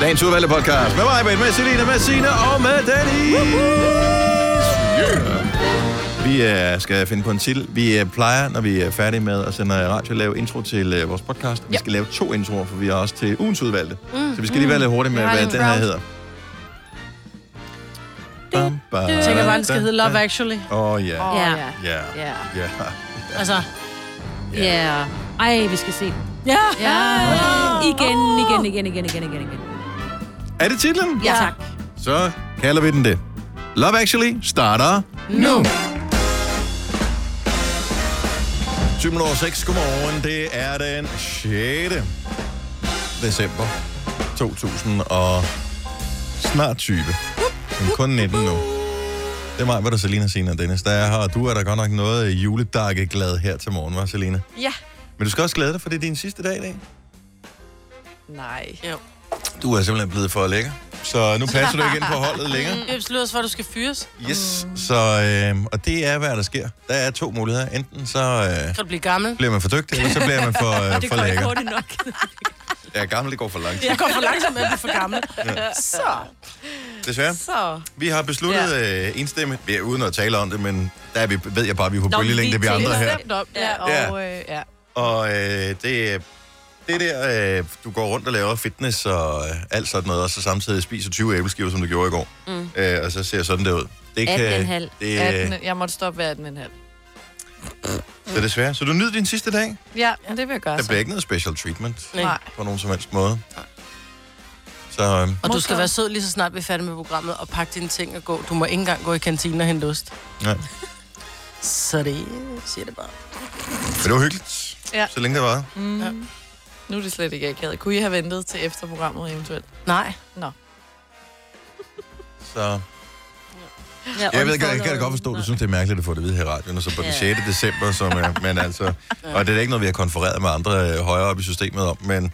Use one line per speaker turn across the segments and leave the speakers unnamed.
Dagens udvalgte podcast med mig, Britt, med Selina, med Sina og med Dennis. Yeah. Vi øh, skal finde på en titel. Vi øh, plejer, når vi er færdige med at sende radio, at lave intro til øh, vores podcast. Vi
Ja.
skal lave to introer, for vi er også til ugens udvalgte.
Mm,
Så vi skal lige være
mm.
lidt hurtige med,
Vi har
hvad
en
den her
round.
hedder. Bam, bam,
Jeg tænker bare, den skal
da,
hedde
da.
Love Actually.
Åh, ja.
Ja.
Ja.
Ja.
Ja.
Altså,
Ja.
Yeah. Ej, vi skal se den.
ja.
Ja. Igen, igen, igen, igen, igen, igen, igen.
Er det titlen?
Ja, tak.
Så kalder vi den det. Love Actually starter nu. 7 minutter 6. Godmorgen. Det er den 6. december 2000 og snart 20. Men kun 19 nu. Det er mig, hvad der Selina Sina og Dennis. Der er her, og du er der godt nok noget juledakke glad her til morgen, var Selina?
Ja.
Men du skal også glæde dig, for det er din sidste dag i dag.
Nej.
Jo.
Du er simpelthen blevet for lækker. Så nu passer du ikke ind på holdet længere.
Det betyder også, for, at du skal fyres.
Yes, så, øh, og det er, hvad der sker. Der er to muligheder. Enten så øh,
Så kan du blive gammel.
bliver man for dygtig, eller så bliver man for, øh, for lækker.
det nok.
Ja, gammel, det går for langt.
Det går for langsomt, at du er for gammel.
Ja.
Så.
Desværre.
Så.
Vi har besluttet øh, enstemmigt, ja, uden at tale om det, men der er vi, ved jeg bare, at vi er på bølgelængde, vi andre her.
Ja, og,
Ja.
øh, ja.
Og øh, det, det der, øh, du går rundt og laver fitness og øh, alt sådan noget, og så samtidig spiser 20 æbleskiver, som du gjorde i går,
Mm.
øh, og så ser sådan der ud. Det
18,5.
Det,
18, jeg måtte stoppe ved 18,5.
det er desværre. Så du nyder din sidste dag.
Ja, men det vil jeg gøre.
Der
så.
bliver ikke noget special treatment.
Nej.
på nogen som helst måde. Så øhm,
Og du skal være sød lige så snart vi er færdige med programmet, og pakke dine ting og gå. Du må ikke engang gå i kantinen og hente ost.
ja.
Så det siger det bare.
Men det var hyggeligt,
Ja.
så længe det var.
Mm. Ja. Nu er det slet ikke akavet. Kunne I have ventet til efterprogrammet eventuelt?
Nej.
Nå.
Så. Jeg ved ikke, jeg kan da godt forstå, at du synes, det er mærkeligt at få det at vide her i radioen, og så på den
Ja.
6. december, som, øh, men altså, og det er da ikke noget, vi har konfereret med andre øh, højere op i systemet om, men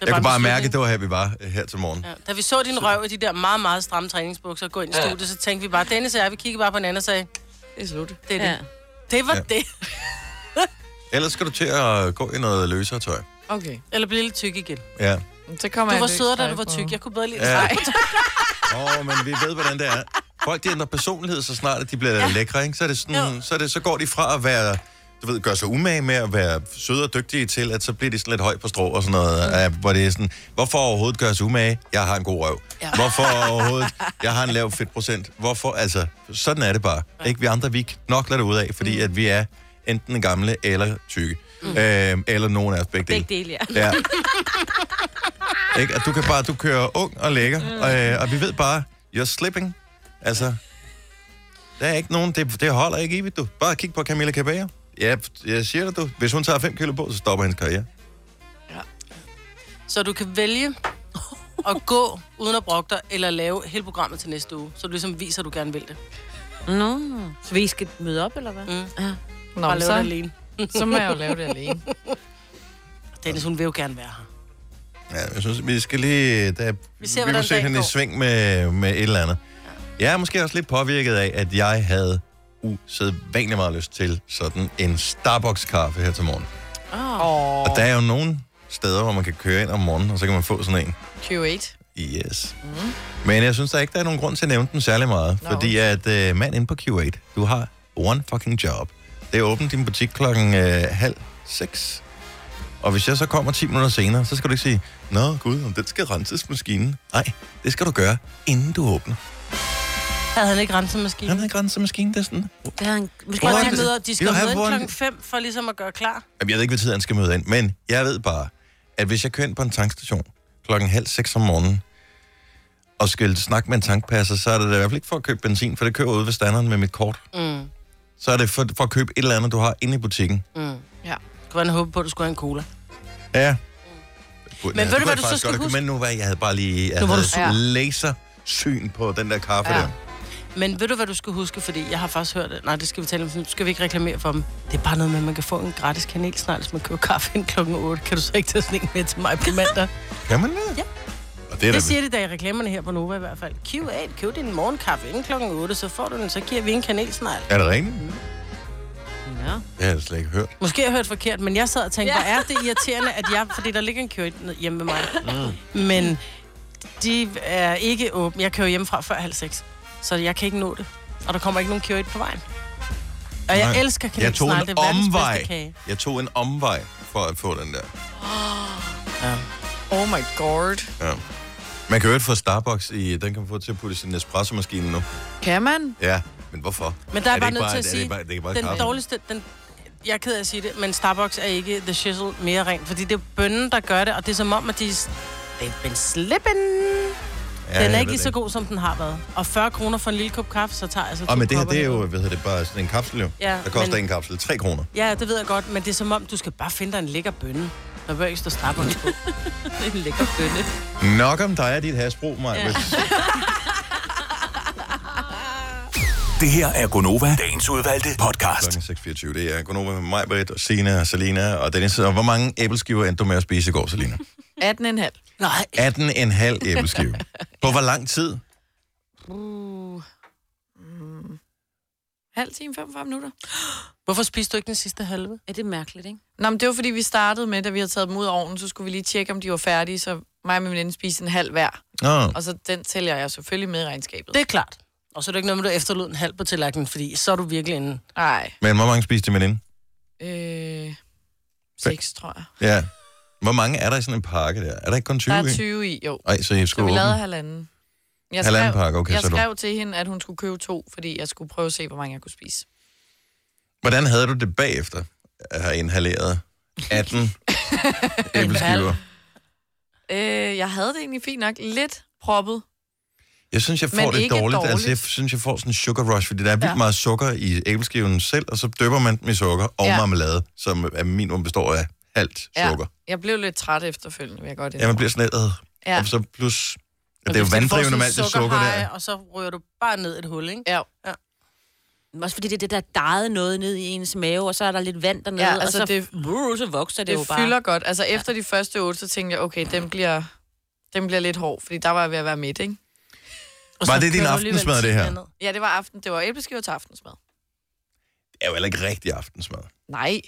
jeg kunne bare mærke, at det var her, vi var øh, her til morgen.
Ja. Da vi så din røv i de der meget, meget stramme træningsbukser gå ind i studiet, så tænkte vi bare, Dennis og jeg, vi kiggede bare på hinanden og sagde,
Det er slut.
det er
Ja.
det. Det var
Ja.
det.
Ellers skal du til at gå i noget løsere tøj.
Okay.
Eller blive lidt tyk igen.
Ja.
Så kommer
Du
jeg
var
løs
sødere, da
streg
du var
på.
tyk. Jeg kunne bedre lide
Ja.
dig.
Åh, oh, men vi ved, hvordan det er. Folk, de ændrer personlighed, så snart at de bliver ja. lækre, ikke? Så, er det sådan, så, er det, så går de fra at være, du ved, gør sig umage med at være søde og dygtige til, at så bliver de sådan lidt høj på strå og sådan noget. Mm. Af, hvor det er sådan, hvorfor overhovedet gøre sig umage? Jeg har en god røv. Ja. Hvorfor overhovedet? Jeg har en lav fedtprocent. Hvorfor? Altså, sådan er det bare. Ja. Ikke? Vi andre, vi knokler det ud af, fordi mm. at vi er enten gamle eller tykke. Mm. Øh, eller nogen af os begge dele.
Begge dele, ja.
Ja. Ikke? At du kan bare, du kører ung og lækker,
Mm.
og, øh, og vi ved bare, you're slipping. Altså, der er ikke nogen, det, det holder ikke evigt, du. Bare kig på Camilla Cabello. Ja, jeg siger det, du. Hvis hun tager 5 kilo på, så stopper hendes karriere.
Så du kan vælge at gå uden at brokke dig, eller lave hele programmet til næste uge. Så du ligesom viser, at du gerne vil det.
Nå, så vi skal møde op, eller hvad?
Mm.
Ja.
Nå,
Bare
men
lave
så,
det alene.
så må jeg jo lave det alene.
Dennis, hun vil jo gerne være her.
Ja, jeg synes, vi skal lige... Der,
Vi ser,
vi må
hvordan
se
dagen
hende i
går.
sving med, med et eller andet. Jeg er måske også lidt påvirket af, at jeg havde usædvanlig meget lyst til sådan en Starbucks-kaffe her til morgen.
Åh,
Og der er jo nogle steder, hvor man kan køre ind om morgenen, og så kan man få sådan en.
Q8.
Yes. Mm. Men jeg synes der ikke, der er nogen grund til at nævne den særlig meget.
Nå,
Fordi at øh, mand inde på Q8, du har one fucking job. Det er åbent din butik klokken øh, halv seks. Og hvis jeg så kommer 10 minutter senere, så skal du ikke sige, Nå gud, om den skal renses maskinen. Nej, det skal du gøre, inden du åbner.
Havde han ikke renset
Han
maskinen?
havde renset maskinen, det er sådan.
Det har en... Måske
Hvor
Og
er
de,
det?
møder, de skal
Jo, han
møde
får en-
klokken 5 for ligesom at gøre klar.
Jamen, jeg ved ikke, hvad tid han skal møde ind, men jeg ved bare, at hvis jeg kører ind på en tankstation klokken halv seks om morgenen, og skal snakke med en tankpasser, så er det da i hvert fald ikke for at købe benzin, for det kører ude ved standeren med mit kort.
Mm.
Så er det for, for at købe et eller andet, du har inde i butikken.
Mm.
Ja.
Kunne han håbe på, at du skulle have en cola?
Ja. Men
ved du, hvad du så skal huske?
Men nu var jeg, jeg havde bare lige jeg
Nu var
havde
du
sur.
lasersyn på den der kaffe ja.
Ja.
der.
Men ved du, hvad du skal huske? Fordi jeg har faktisk hørt det. Nej, det skal vi tale om. Nu skal vi ikke reklamere for dem. Det er bare noget med, at man kan få en gratis kanelsnegl, hvis man køber kaffe ind klokken 8. Kan du så ikke tage sådan en med til mig på mandag?
Kan man det?
Ja.
Og det er
det
da
siger de da i reklamerne her på Nova i hvert fald. Q8, køb din morgenkaffe inden klokken 8, så får du den, så giver vi en kanelsnegl.
er det rent?
Ja.
Det har jeg slet ikke hørt.
Måske har jeg hørt forkert, men jeg sad og tænkte, ja. hvor er det irriterende, at jeg... Fordi der ligger en Q8 ned hjemme med mig. Mm. Men de er ikke åbne. Jeg kører hjemmefra før halv seks, så jeg kan ikke nå det. Og der kommer ikke nogen Keurig på vejen. Og jeg
Nej.
elsker
Jeg tog
kanelsnegle,
en
det er verdens
omvej.
bedste kage.
Jeg tog en omvej for at få den der.
Oh my god.
Ja. Man kan jo ikke få Starbucks i, den kan man få til at putte i sin espresso-maskine nu.
Kan man?
Ja, men hvorfor?
Men der er,
det
bare
ikke
nødt til at
er det
sige,
ikke bare- det er ikke bare
den
kaffe?
dårligste, den, jeg er ked af at sige det, men Starbucks er ikke The Shizzle mere rent, fordi det er bønnen, der gør det, og det er som om, at de... They've been slipping.
Ja,
den er ikke
jeg ved
lige så
det
god, som den har været. Og 40 kroner for en lille kop kaffe, så tager jeg så to
Og men det her,
kopper
det er jo,
derud.
hvad hedder det, bare sådan en kapsel jo.
Ja,
der koster
men-
en kapsel 3 kroner.
Ja, det ved jeg godt, men det er som om, du skal bare finde dig en lækker bønne. Der bør ikke stå Starbucks på.
Det er en lækker bønne.
Nok om dig er dit hasbro, Maja. Ja.
Det her er Gonova, dagens udvalgte podcast.
Klokken 6.24. Det er Gunova med mig, Britt, og Sina, og Selina og Dennis. Og hvor mange æbleskiver endte du med at spise i går, Selina?
18,5.
Nej.
18,5 æbleskiver. På hvor lang tid?
Uh. Mm. Halv time, 45 minutter.
Hvorfor spiste du ikke den sidste halve?
Er det mærkeligt, ikke?
Nå, men det var fordi, vi startede med, da vi havde taget dem ud af ovnen, så skulle vi lige tjekke, om de var færdige, så mig og min veninde spiste en halv hver.
Nå,
Og så den tæller jeg selvfølgelig med i regnskabet.
Det er klart. Og så er det ikke noget med, at du efterlod en halv på tallerkenen, fordi så er du virkelig en...
Nej.
men hvor mange spiste man inden?
Øh, 6, tror jeg.
Ja. Hvor mange er der i sådan en pakke der? Er der ikke kun 20?
Der er
i?
20 i, jo.
Ej, så jeg
Så
skulle
vi
åbne.
lavede halvanden. Jeg
Halvanden pakke, okay,
jeg
så er du-
skrev til hende, at hun skulle købe to, fordi jeg skulle prøve at se, hvor mange jeg kunne spise.
Hvordan havde du det bagefter at have inhaleret 18 æbleskiver?
Øh, jeg havde det egentlig fint nok. Lidt proppet.
Jeg synes, jeg får
Men
det
ikke
dårligt.
dårligt.
Altså, jeg synes, jeg får sådan en sugar rush, fordi der er vildt
Ja.
meget sukker i æbleskiven selv, og så døber man dem i sukker og
Ja.
ja. marmelade, som er minimum består af halvt
Ja.
sukker.
Jeg blev lidt træt efterfølgende, vil jeg godt
Ja, man bliver sådan lidt, øh,
Ja.
og så plus...
Og
det er jo
hvis du får
vanddrivende
sådan
med
en
alt det sukker der.
sukkerhaj, Og så rører du bare ned et hul, ikke?
Ja,
Men Også fordi det er det der dejede noget ned i ens mave, og så er der lidt vand dernede,
Ja, altså
og så,
det-
brrr, så vokser det,
det,
jo
det
bare.
fylder godt. Altså efter de første otte, så tænkte jeg, okay, den bliver, den bliver lidt hård, fordi der var jeg ved at være midt, ikke?
Og
Var
så
det din
kører du alligevel
aftensmad, det her?
timen ned.
Ja, det var aften. Det var æbleskiver til aftensmad.
Det er jo heller ikke rigtig aftensmad.
Nej,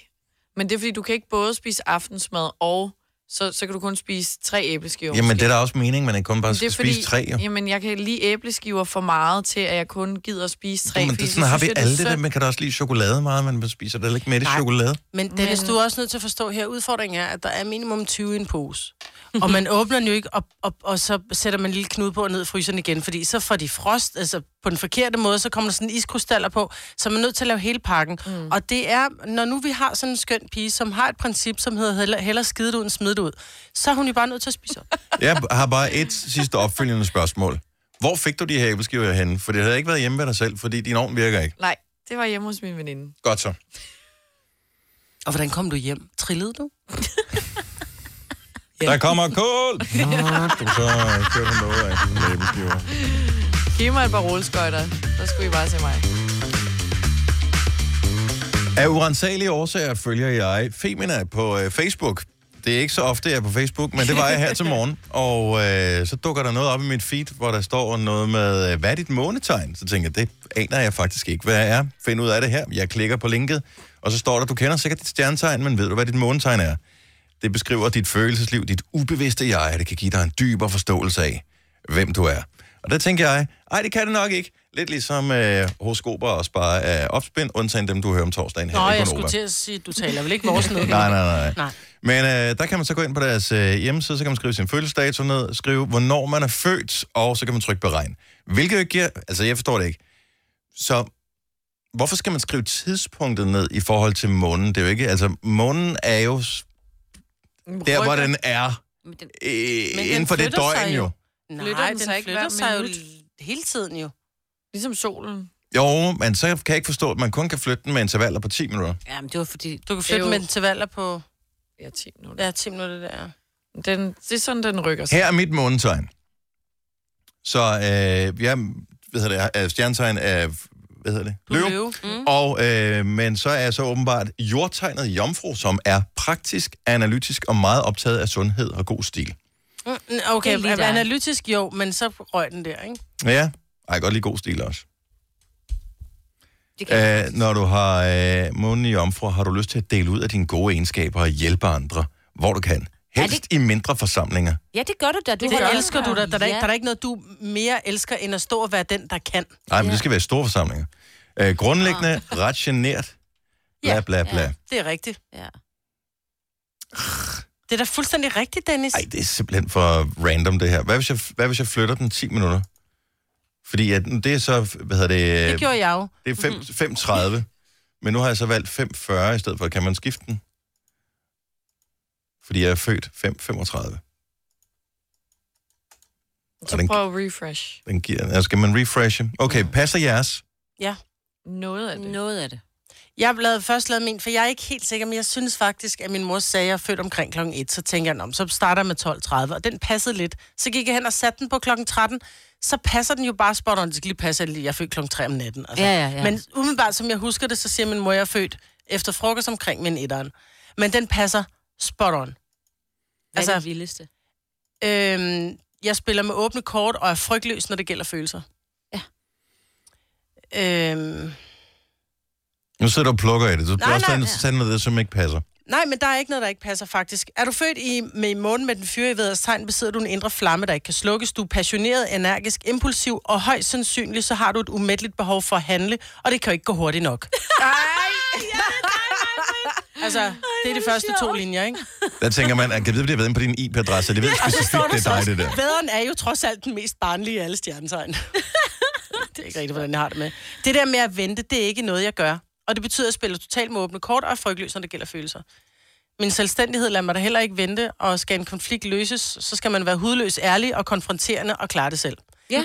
men det er fordi, du kan ikke både spise aftensmad og så, så kan du kun spise tre æbleskiver.
Jamen,
måske.
det er da også meningen, man ikke kun bare
Men det
skal
er
spise
fordi,
tre. Jo.
Jamen, jeg kan lige æbleskiver for meget til, at jeg kun gider at spise tre.
Tre, men
fordi
det,
så
sådan har vi
synes jeg, er
alle det, der.
synd.
Man kan da også lide chokolade meget, men man spiser da heller ikke med i
Nej.
chokolade.
Men Dennis,
Men-
du er også nødt til at forstå her, udfordringen er, at der er minimum 20 i en pose. Og man åbner den jo ikke, og, og, og så sætter man en lille knude på og ned i fryseren igen, fordi så får de frost, altså på den forkerte måde, så kommer der sådan iskrystaller på, så man er nødt til at lave hele pakken. Mm. Og det er, når nu vi har sådan en skøn pige, som har et princip, som hedder heller, hellere skide det ud end smide det ud, så er hun jo bare nødt til at spise op.
Jeg har bare et sidste opfølgende spørgsmål. Hvor fik du de her æbleskiver henne? For det havde ikke været hjemme ved dig selv, fordi din ovn virker ikke.
Nej, det var hjemme hos min veninde.
Godt så.
Og hvordan kom du hjem? Trillede du?
Der kommer kål! Du så kører hun noget af sådan en æbleskiver.
Giv mig et par rulleskøjter, så skulle I bare se mig.
Af urensagelige årsager følger jeg Femina på øh, Facebook. Det er ikke så ofte, jeg er på Facebook, men det var jeg her til morgen. Og øh, så dukker der noget op i mit feed, hvor der står noget med, øh, hvad er dit månetegn? Så tænker jeg, det aner jeg faktisk ikke, hvad er. Find ud af det her. Jeg klikker på linket, og så står der, du kender sikkert dit stjernetegn, men ved du, hvad dit månetegn er? Det beskriver dit følelsesliv, dit ubevidste jeg. Det kan give dig en dybere forståelse af, hvem du er. Og der tænker jeg, ej, det kan det nok ikke. Lidt ligesom øh, horoskoper og spare af opspind, undtagen dem, du hører om torsdagen her.
Nå,
i
jeg
Gonova.
skulle til at sige, du taler vel ikke vores noget?
Nej, nej, nej.
Nej.
Men øh, der kan man så gå ind på deres øh, hjemmeside, så kan man skrive sin fødselsdato ned, skrive, hvornår man er født, og så kan man trykke beregn. Hvilket jo ikke giver... Altså, jeg forstår det ikke. Så hvorfor skal man skrive tidspunktet ned i forhold til månen? Det er jo ikke... Altså, månen er jo s- der, hvor den er.
Men den-
Øh,
den
inden for det
flytter sig
døgn
jo.
jo.
Nej,
Flytter den
den,
sig ikke
flytter
hver
sig jo
minut?
hele tiden jo.
Ligesom solen.
Jo, men så kan jeg ikke forstå, at man kun kan flytte den med intervaller på 10 minutter.
Ja, men det var fordi...
Du kan
Det er
flytte
jo-
med den til valg på
Ja, 10 minutter.
ja, 10 minutter der.
Den, det er sådan, den rykker sig.
Her er mit månetegn. Så øh, jeg... Hvad hedder det? er- er Stjernetegn er... Hvad hedder det?
Du løve. Mm.
Og, øh, men så er jeg så åbenbart jordtegnet jomfru, som er praktisk, analytisk og meget optaget af sundhed og god stil.
Mm, Okay,
Det er lige dig.
analytisk jo, men så røg den der, ikke?
Ja, ej, jeg kan godt lide god stil også.
Det kan jeg
Æh, når du øh, har øh, månen i jomfru, har du lyst til at dele ud af dine gode egenskaber og hjælpe andre, hvor du kan. Helst i mindre forsamlinger.
Ja, det gør du da. Du
Det,
holder
det elsker du da. Der er, da ikke,
Ja.
der er da ikke noget, du mere elsker, end at stå og være den, der kan.
Nej, men det skal være i store forsamlinger. Øh, grundlæggende ret genert. Bla,
Ja.
bla, bla.
Ja.
Det er rigtigt.
Ja.
Det er da fuldstændig rigtigt, Dennis.
Ej, det er simpelthen for random, det her. Hvad hvis jeg, hvad hvis jeg flytter den 10 minutter? Fordi at, det er så, hvad hedder det...
Det gjorde jeg jo.
Det er fem- 5.30, men nu har jeg så valgt 5.40 i stedet for. Kan man skifte den? Fordi jeg er født 5.35.
Så
Og den-
prøv at refresh
Den giver, altså, skal man refreshe? Okay, passer jeres?
noget af det.
Noget af det.
Jeg lavede først lavet min, for jeg er ikke helt sikker, men jeg synes faktisk, at min mor sagde, at jeg er født omkring kl. 1, så tænker jeg, "Nå, men så starter jeg med 12.30, og den passede lidt. Så gik jeg hen og satte den på kl. 13, så passer den jo bare spot on. Det skal lige passe, at jeg er født kl. 3 om natten. Altså.
Ja, ja, ja.
Men umiddelbart, som jeg husker det, så siger min mor, at jeg er født efter frokost omkring min etteren. Men den passer spot on.
Hvad altså, er det
Altså-
vildeste?
Øhm, jeg spiller med åbne kort og er frygtløs, når det gælder følelser.
Ja.
Øhm,
Nu sidder du og plukker i det. Du bliver
Nej,
også
nej,
nej,
ja.
sådan noget, der, som ikke passer.
Nej, men der er ikke noget, der ikke passer faktisk. Er du født i, med i månen med den fyre i væders tegn, besidder du en indre flamme, der ikke kan slukkes. Du er passioneret, energisk, impulsiv, og højst sandsynligt, så har du et umætteligt behov for at handle, og det kan jo ikke gå hurtigt nok. Nej! altså, det er de første to linjer, ikke?
Der tænker man, at kan vide, hvad det har været inde på din IP-adresse. Det ved specifikt, det er dig, det der.
Vædderen er jo trods alt den mest barnlige af alle stjernetegn. det er ikke rigtigt, hvordan jeg har det med. Det der med at vente, det er ikke noget, jeg gør. Og det betyder, at jeg spiller totalt med åbne kort og er frygtløs, når det gælder følelser. Min selvstændighed lader mig da heller ikke vente, og skal en konflikt løses, så skal man være hudløs ærlig og konfronterende og klare det selv.
Ja,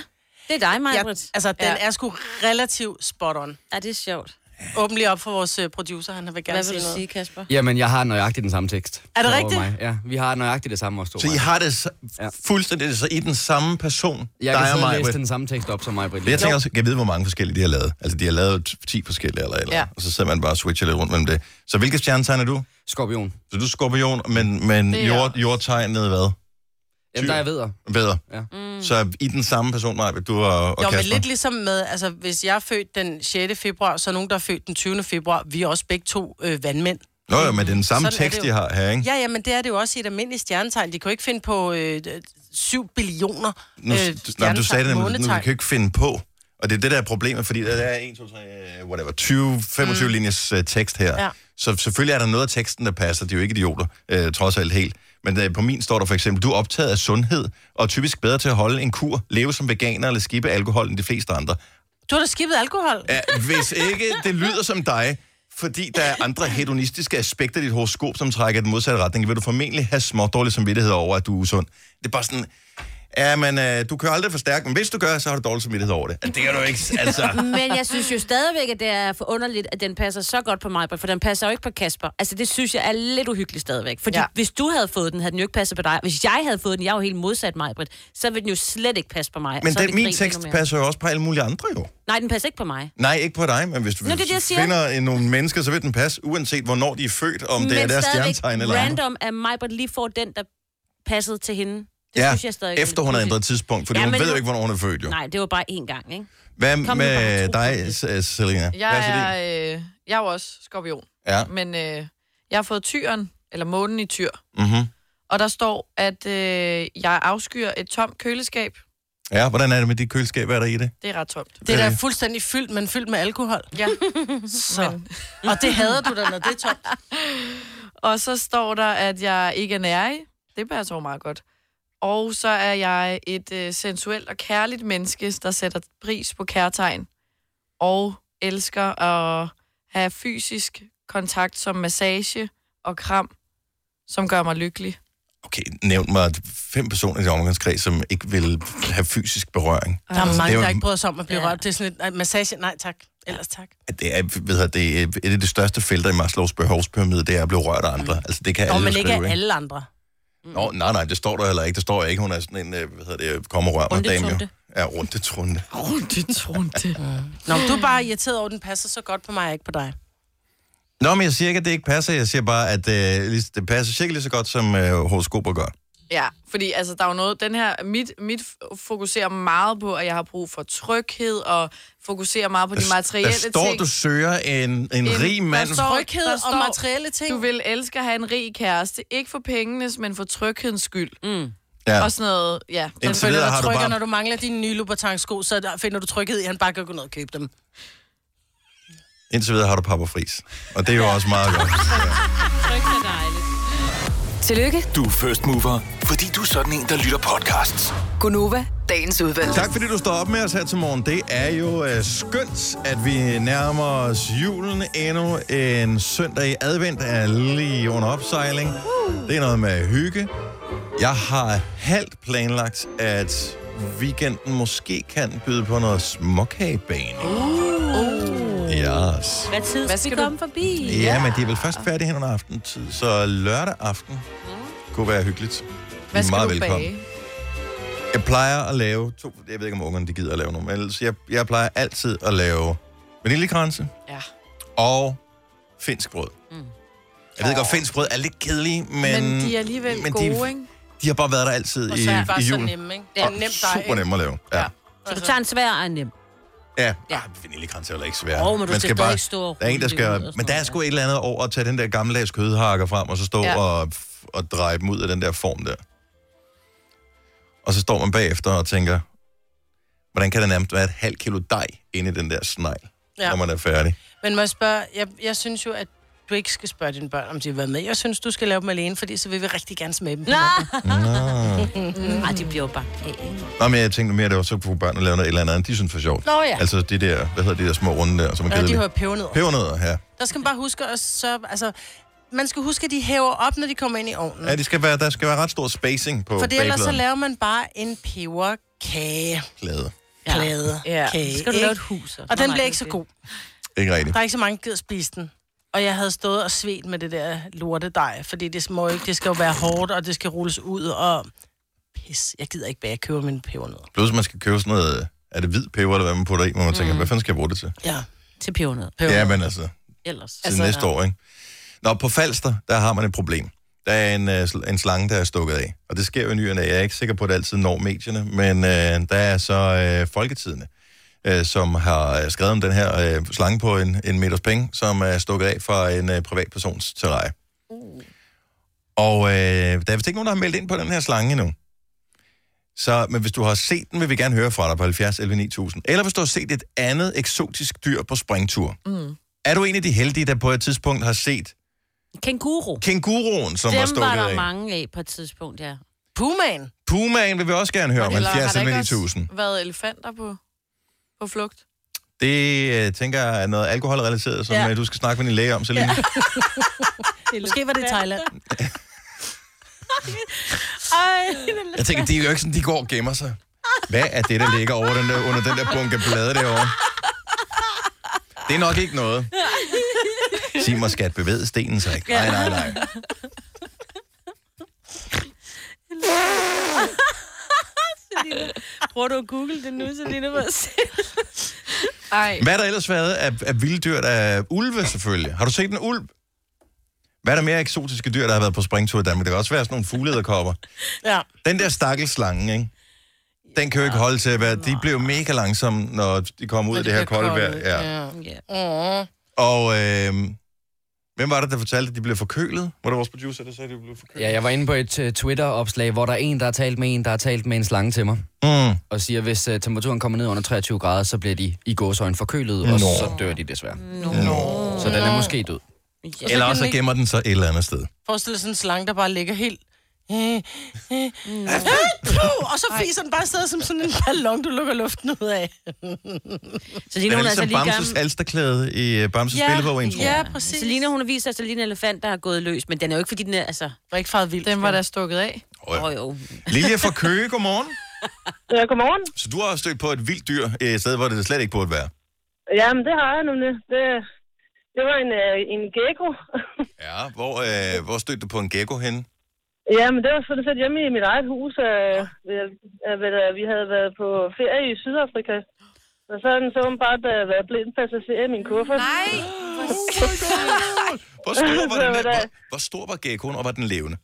det er dig,
Jeg,
Majbrit.
altså, den
Ja.
er sgu relativt spot on.
Ja, det er sjovt.
Åbn lige op for vores øh, producer, han vil gerne
Hvad vil
sige
du
noget.
sige, Kasper?
Jamen, jeg har nøjagtigt den samme tekst.
Er det
Så
rigtigt?
Mig. Ja, vi har nøjagtigt det samme også to.
Så I har det så,
Ja.
fuldstændig så i den samme person,
Jeg
dig
kan
og
sidde og
mig.
læse den samme tekst op som mig, Britt.
Men jeg tænker også, kan jeg vide, hvor mange forskellige de har lavet? Altså, de har lavet 10 forskellige eller et eller ja.
Ja.
og så sidder man bare og switcher lidt rundt mellem det. Så hvilket stjernetegn er du?
Skorpion.
Så du er skorpion, men, men
Det er jeg
jord,
også.
jordtegnet hvad?
Jamen, der er jeg ved.
Bedre.
Ja.
Mm. Så i den samme person, Maja, du og, og
Jo, men
Kasper.
lidt ligesom med, altså hvis jeg er født den 6. februar, så er nogen, der er født den 20. februar, vi er også begge to øh, vandmænd.
Nå jo, men det er den samme
Sådan er
tekst,
det
de
jo.
har her, ikke?
Ja, ja, men det er det jo også i et almindeligt stjernetegn. De kan jo ikke finde på øh, 7 billioner øh,
Nu, øh, nej, du sagde det, men nu kan
månetegn.
du ikke finde på. Og det er det, der er problemet, fordi der er 1, 2, 3, øh, whatever, 20, 25 mm. linjes øh, tekst her. Ja.
Ja.
Så selvfølgelig er der noget af teksten, der passer. De er jo ikke idioter, øh, trods alt helt. Men øh, på min står der for eksempel, du er optaget af sundhed, og er typisk bedre til at holde en kur, leve som veganer eller skippe alkohol end de fleste andre.
Du har da skibet alkohol. Ja.
Ja, hvis ikke det lyder som dig, fordi der er andre hedonistiske aspekter i dit horoskop, som trækker i den modsatte retning, vil du formentlig have små dårlig samvittighed over, at du er usund. Det er bare sådan, ja, men øh, du kører aldrig for stærkt, men hvis du gør, så har du dårlig samvittighed over det. Det kan du ikke, altså.
Men jeg synes jo stadigvæk, at det er forunderligt, at den passer så godt på mig, for den passer jo ikke på Kasper. Altså, det synes jeg er lidt uhyggeligt stadigvæk. Fordi ja.
Ja.
hvis du havde fået den, havde den jo ikke passet på dig. Hvis jeg havde fået den, jeg er jo helt modsat mig, Britt, så ville den jo slet ikke passe på mig.
Men
så ville
den,
vi
min
grine
tekst
endnu mere.
passer jo også på alle mulige andre jo.
Nej, den passer ikke på mig.
Nej, ikke på dig, men hvis du
Nå, det er det, jeg siger.
finder en- nogle mennesker, så vil den passe, uanset hvornår de er født, om det er
Men
deres
stadigvæk
stjernetegn eller andet.
random, at mig Britt lige får den, der passede til hende. Det
Ja,
synes jeg stadig
efter hun har ændret tidspunkt, fordi
Ja,
ja, hun
men
ved
nu-
jo ikke, hvornår hun er født jo.
Nej, det var bare én gang, ikke?
Hvad
Kom nu bare,
med
tro på
dig,
det.
S- Selina? Hvad så
Jeg
din?
er, øh, jeg er jo også skorpion,
Ja.
men øh, jeg har fået tyren, eller månen i tyr,
Mm-hmm.
og der står, at øh, jeg afskyer et tomt køleskab.
Ja, hvordan er det med dit køleskab? Hvad er der i det?
Det er ret tomt.
Det er da
Øh.
fuldstændig fyldt, men fyldt med alkohol.
Ja.
Så. Og det hader du da, når det er tomt.
Og så står der, at jeg ikke er nærig. Det passer jo meget godt. Og så er jeg et øh, sensuelt og kærligt menneske, der sætter pris på kærtegn. Og elsker at have fysisk kontakt som massage og kram, som gør mig lykkelig.
Okay, nævn mig fem personer i din omgangskreds, som ikke vil have fysisk berøring.
Der er
det er
mange,
jo-
der ikke bryder sig om at blive
Ja.
rørt. Det er sådan et "Ej, massage. Nej, tak. Ellers tak.
Det er, ved jeg, det er et af de største felter i Maslows behovspyramide, det er at blive rørt af andre. Altså, det kan
Og
alle
men
jo
ikke
skrive,
af alle andre.
Nå, nej, nej, det står der heller ikke. Det står ikke, hun er sådan en, øh, hvad hedder det, kom og rør mig, dame. jo.
Rundetrunde.
Ja, rundetrunde.
Rundt, rundt.
Nå, men du er bare irriteret over, at den passer så godt på mig, og ikke på dig.
Nå, men jeg siger ikke, at det ikke passer. Jeg siger bare, at øh, lige- det passer cirka lige så godt, som øh, horoskoper gør.
Ja, fordi altså, der er jo noget, den her, mit, mit f- fokuserer meget på, at jeg har brug for tryghed, og fokuserer meget på de materielle
der står,
ting.
du søger en, en,
En-
rig mand.
der står,
Tryghed
der
og
står,
materielle ting.
Du vil elske at have en rig kæreste, ikke for pengenes, men for tryghedens skyld. Mm.
Ja.
Og sådan noget, ja.
Indtil
følger
videre
dig
har du
tryg-
Trykker,
bare-
når du mangler dine nye Louboutin-sko, så der finder du tryghed i, at han bare kan gå ned og købe dem.
Indtil videre har du Papa Fris. Og det er jo også meget godt.
Trygt og dejligt.
Tillykke,
Du er first mover, fordi du er sådan en, der lytter podcasts.
Gunova, dagens udvalgte.
Tak fordi du står op med os her til morgen. Det er jo øh, skønt, at vi nærmer os julen endnu en søndag i advent er lige under opsejling. Det er noget med hygge. Jeg har halvt planlagt, at weekenden måske kan byde på noget småkagebane. Uh. Yes.
Hvad tid skal vi komme forbi?
Ja, men det er vel først færdigt hen under aftentid, så lørdag aften kunne være hyggeligt.
Mm. Hvad skal
Meget
du
velkommen.
bage?
Jeg plejer at lave to... Jeg ved ikke, om ungerne de gider at lave nogen, men ellers jeg, jeg plejer altid at lave vaniljekranse
Ja.
og finsk brød. Mm. Jeg ved godt, finsk brød er lidt kedelige, men...
Men, men de er alligevel
men
gode,
de,
ikke?
de har bare været der altid
Og
i,
så er det bare
i
så
julen.
nemme, ikke? Det er
Og
nemt dig,
super nemme at lave. Ja. ja.
Så
Altså-
du tager en svær og en nem.
Ja,
Ja.
ja. vaniljekranse er jo ikke svært.
Jo, men du skal stadig ikke stå og
Der er en, der
rulle det ud og
skal...
sådan
Men der er
noget,
sgu et eller andet over at tage den der gammeldags kødhakker frem, og så stå
Ja.
ja. og, og dreje dem ud af den der form der. Og så står man bagefter og tænker, hvordan kan der nærmest være et halvt kilo dej inde i den der snegl, ja.
Ja.
når man er færdig?
Men må jeg spørge, jeg, jeg synes jo, at du ikke skal spørge dine børn, om de vil være med. Jeg synes, du skal lave dem alene, fordi så vil vi rigtig gerne smage dem. på
Nej,
mandag.
Ej, de bliver jo bare af, ikke?
Nå, men jeg tænkte mere, at det var så kunne børnene lave noget et eller andet, andet, de synes for sjovt.
Nå ja.
Altså de der, hvad hedder de der små runde der, som er
Ja, de
kedelige.
hører pebernødder.
Pebernødder, ja.
Der skal man bare huske at så, altså, man skal huske, at de hæver op, når de kommer ind i ovnen.
Ja, de skal være, der skal være ret stor spacing på
For det ellers så
bagepladen.
laver man bare en peberkage.
Plade.
Ja.
Plade.
Ja.
Kage,
Skal du lave et
ikke?
hus?
Og den bliver ikke så god.
Ikke rigtigt.
Der er ikke så mange, der gider spise den. Og jeg havde stået og svedt med det der lorte dej, fordi det, må jo ikke, det skal jo være hårdt, og det skal rulles ud, og pis, jeg gider ikke bage, jeg køber mine pebernødder.
Plus man skal købe sådan noget, øh, er det hvid peber, eller hvad man putter i, hvor man tænker, hvad fanden skal jeg bruge det til?
Ja,
Til pebernød.
Ja,
pebernødder.
men altså, til
Ellers.
altså, næste år, ikke? Nå, på Falster, der har man et problem. Der er en, øh, sl- en slange, der er stukket af. Og det sker jo i ny og næ. Jeg er ikke sikker på, at det altid når medierne, men øh, der er så øh, Folketidene, øh, som har øh, skrevet om den her øh, slange på en, en meters penge, som er stukket af fra en øh, privatpersons terrarie. Og øh, der er vist ikke nogen, der har meldt ind på den her slange endnu. Så, men hvis du har set den, vil vi gerne høre fra dig på 70 11 9000. Eller hvis du har set et andet eksotisk dyr på springtur. Mm. Er du en af de heldige, der på et tidspunkt har set
Kenguru.
kænguruen, som var
Dem
stukket
var der
af?
mange af på et tidspunkt, ja.
Pumaen.
Pumaen vil vi også gerne høre om,
Eller har
70
der ikke
11
også
9000.
været elefanter på, på flugt?
Det øh, tænker jeg er noget alkoholrelateret, som
Ja.
ja. du skal snakke med din læge om, Selina. Ja.
Måske var det i Thailand.
Ej,
Jeg tænker, det er jo ikke sådan, de går og gemmer sig. Hvad er det, der ligger over den der, under den der bunke blade derovre? Det er nok ikke noget. Sig mig, skat, bevæge stenen sig ikke. Nej, nej, nej.
Prøver du at google det nu, Selina?
Ej,
Hvad har der ellers været af, af vilde dyr? Der er ulve, selvfølgelig. Har du set en ulv? Hvad er der mere eksotiske dyr, der har været på springtur i Danmark? Det kan også være sådan nogle fuglederkopper.
Ja.
Den der stakkels slange, ikke? Den kan jo ikke holde til at være... De blev mega langsomme, når de kom ud af det her kolde vejr. Ja.
Ja.
Mm.
Og øh, hvem var det, der fortalte, at de blev forkølet? Var det vores producer, der sagde, at de blev forkølet?
Ja, jeg var inde på et øh, Twitter-opslag, hvor der er en, der har talt med en, der har talt med en slange til mig,
Mm.
og siger, at hvis øh, temperaturen kommer ned under 23 grader, så bliver de i gåsøjne forkølet,
Nå.
og så dør de desværre.
Nå.
Så den er måske død.
Mm. Og så
Eller
kan
også
den
så
ikke
gemmer den sig et eller andet sted.
forestille dig sådan en slange, der bare ligger helt... Øh, øh, puh, og så fiser den bare stadig som sådan en ballon, du lukker luften ud af.
Så Lina,
Den er
hun er altså
ligesom
lige
Bamses
gammel.
alsterklæde i øh, Bamses
Ja,
billedbog, intro.
ja, præcis.
Så Lina, hun viser sig lige en elefant, der har gået løs, men den er jo ikke, fordi den er, altså...
var ikke faret vildt.
den var da stukket af.
Åh oh, jo.
Lilja fra Køge, godmorgen.
Ja, godmorgen.
Så du har også stødt på et vildt dyr et sted, hvor det slet ikke burde være.
Jamen, det har jeg nemlig. Det, det var en, øh, en gecko.
Ja, hvor, øh, hvor stødte du på en gecko henne?
Jamen, det var sådan set hjemme i mit eget hus. Øh, ved- øh, ved, øh, vi havde været på ferie i Sydafrika. Og så har den så åbenbart øh, været blind passager i min kuffert. Nej!
Hvor stor var,
Så
den,
var
der-
der-
hvor, hvor stor var geckoen, og var den levende?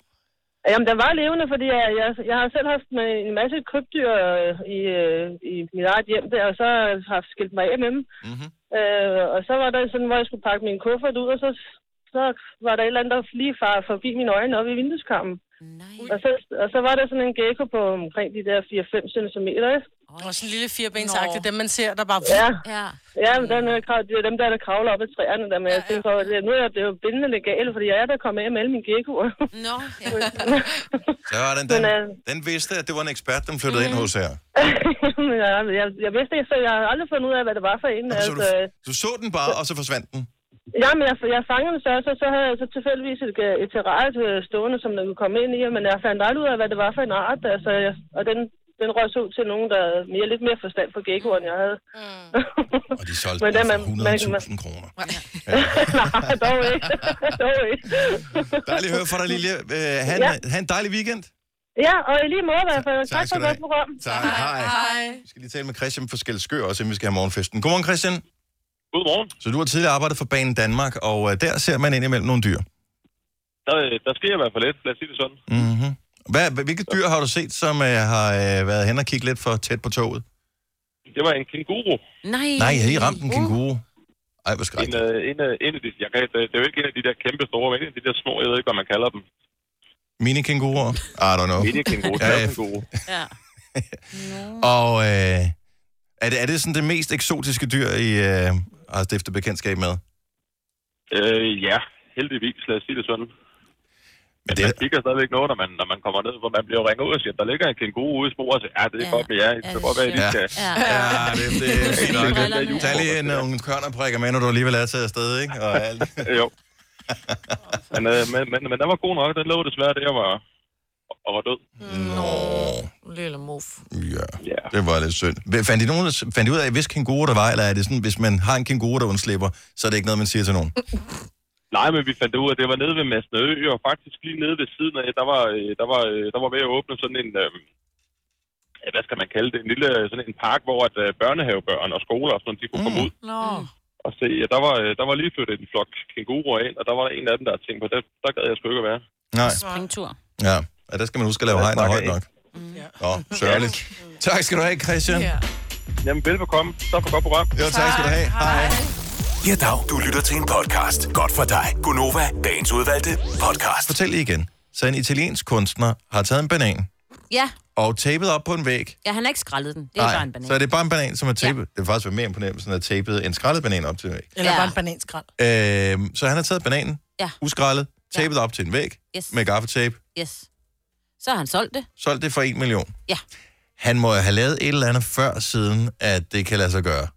Jamen, den var levende, fordi jeg, jeg, jeg har selv haft med en masse krybdyr øh, i, øh, i mit eget hjem der, og så har jeg skilt mig af med dem.
Mm-hmm.
Øh, og så var der sådan, hvor jeg skulle pakke min kuffert ud, og så, så var der et eller andet, der lige far forbi mine øjne oppe i vindueskammen.
Nej.
Og så, og så var der sådan en gecko på omkring de der 4-5 cm.
Og sådan en lille firebensagtig, dem man ser, der bare...
Ja,
Ja.
ja men den, er krav- det er dem der, der kravler op ad træerne. Der, men jeg tænker, at nu er det jo bindende legale, fordi jeg er der kommet af med alle mine geckoer.
Nå. Ja.
Så var den,
Men,
den,
øh,
den vidste, at det var en ekspert, den flyttede mm. ind hos her.
Men jeg, jeg, jeg vidste ikke, så jeg har aldrig fundet ud af, hvad det var for en.
Så
Altså,
du, du så den bare, og så forsvandt den.
ja, men jeg, jeg fangede den så, så, så havde jeg så tilfældigvis et, et terrarie øh, stående, som den kunne komme ind i, men jeg fandt aldrig ud af, hvad det var for en art. Altså, jeg, og den, den røg så ud til nogen, der havde mere, lidt mere forstand på geckoer, end jeg havde. Mm.
Og de solgte
Men
den
den
for
er- man-
100.000 kroner.
Nej, dog ikke. dog ikke.
Dejligt at høre fra dig, Lilje. Øh, han, ja.
Ja.
han en dejlig weekend.
ja, og i lige måde i hvert fald.
Tak
Tak for
skal du
et godt
have.
program.
Tak. Hej.
Hej.
Vi skal lige tale med Christian fra Skelskør også, inden vi skal have morgenfesten. Godmorgen, Christian.
Godmorgen.
Så du har tidligere arbejdet for Banen Danmark, og øh, der ser man indimellem nogle dyr.
Der, øh, der sker i hvert fald lidt, lad os sige det sådan.
Mm-hmm. Hvad, hvad- hvilke dyr har du set, som øh, har øh, været hen og kigget lidt for tæt på toget?
Det var en kænguru.
Nej.
Nej, jeg har lige ramt en kænguru. Ej, hvor
En,
skrækkeligt.
øh, en, øh, en af de, jeg kan, det er jo ikke en af de der kæmpe store, men en af de der små, jeg ved ikke, hvad man kalder dem.
Mini-kænguruer? I don't know.
Mini kænguru,
Ja, ja.
kænguru.
Ja.
Og øh, er, det, er det sådan det mest eksotiske dyr, I øh, har stiftet bekendtskab med?
Øh, ja, heldigvis, lad os sige det sådan. Men
det
det...
er-
man kigger stadigvæk noget, når man, når man kommer ned, hvor man bliver jo ringet ud og siger, der ligger en kænguru ude i sporet. Så, Ja, det er
Ja.
godt med jer. Det
Ja,
kan godt være, at I
det er
skal...
Ja.
Ja, det, det er fint nok.
Brillerne.
Tag lige en, nogle kørnerprikker med, når du alligevel er taget afsted, ikke? Og alt.
jo. men, øh, men, men, men den var god nok. Den lå desværre der, var, og var død.
Nå,
Lille move.
ja.
Ja.
Det var lidt synd. Hvad- Fandt I, nogen, fandt I ud af, hvis kænguru der var, eller er det sådan, hvis man har en kænguru, der undslipper, så er det ikke noget, man siger til nogen?
Nej, men vi fandt ud af, at det var nede ved Masnø, og faktisk lige nede ved siden af, der var, øh, der var, øh, der var ved at åbne sådan en, øh, ja, hvad skal man kalde det, en lille øh, sådan en park, hvor at, øh, børnehavebørn og skoler og sådan, noget, de kunne mm. komme ud
Nå.
og se. Ja, der, var, øh, der var lige flyttet en flok kænguruer ind, og der var der en af dem, der tænkte på, der, der gad jeg sgu ikke at være.
Nej.
Springtur.
Ja. ja der skal man huske at lave
Jeg
hegn
snakker
højt
ikke.
nok. Nå, sørgeligt. Tak skal du have, Christian.
Ja.
Jamen, velbekomme. Tak for godt program.
Jo, tak skal du have. Hej.
Ja, dag. Du lytter til en podcast. Godt for dig. Gunova. Dagens udvalgte podcast.
Fortæl igen. Så en italiensk kunstner har taget en banan
Ja.
og tapet op på en væg.
ja, han har ikke skrællet den. Det er bare en banan.
så er det bare en banan, som er tapet. Ja. Det vil faktisk være mere imponerende, hvis han har tapet en skrællet banan op til en væg.
Eller
Ja.
bare en bananskrald.
Øhm, så han har taget bananen,
Ja.
uskrællet, tapet op til en væg
Yes.
med gaffetape,
Yes. Så har han solgt det.
solgt det for en million.
Ja.
Han må jo have lavet et eller andet før siden, at det kan lade sig gøre.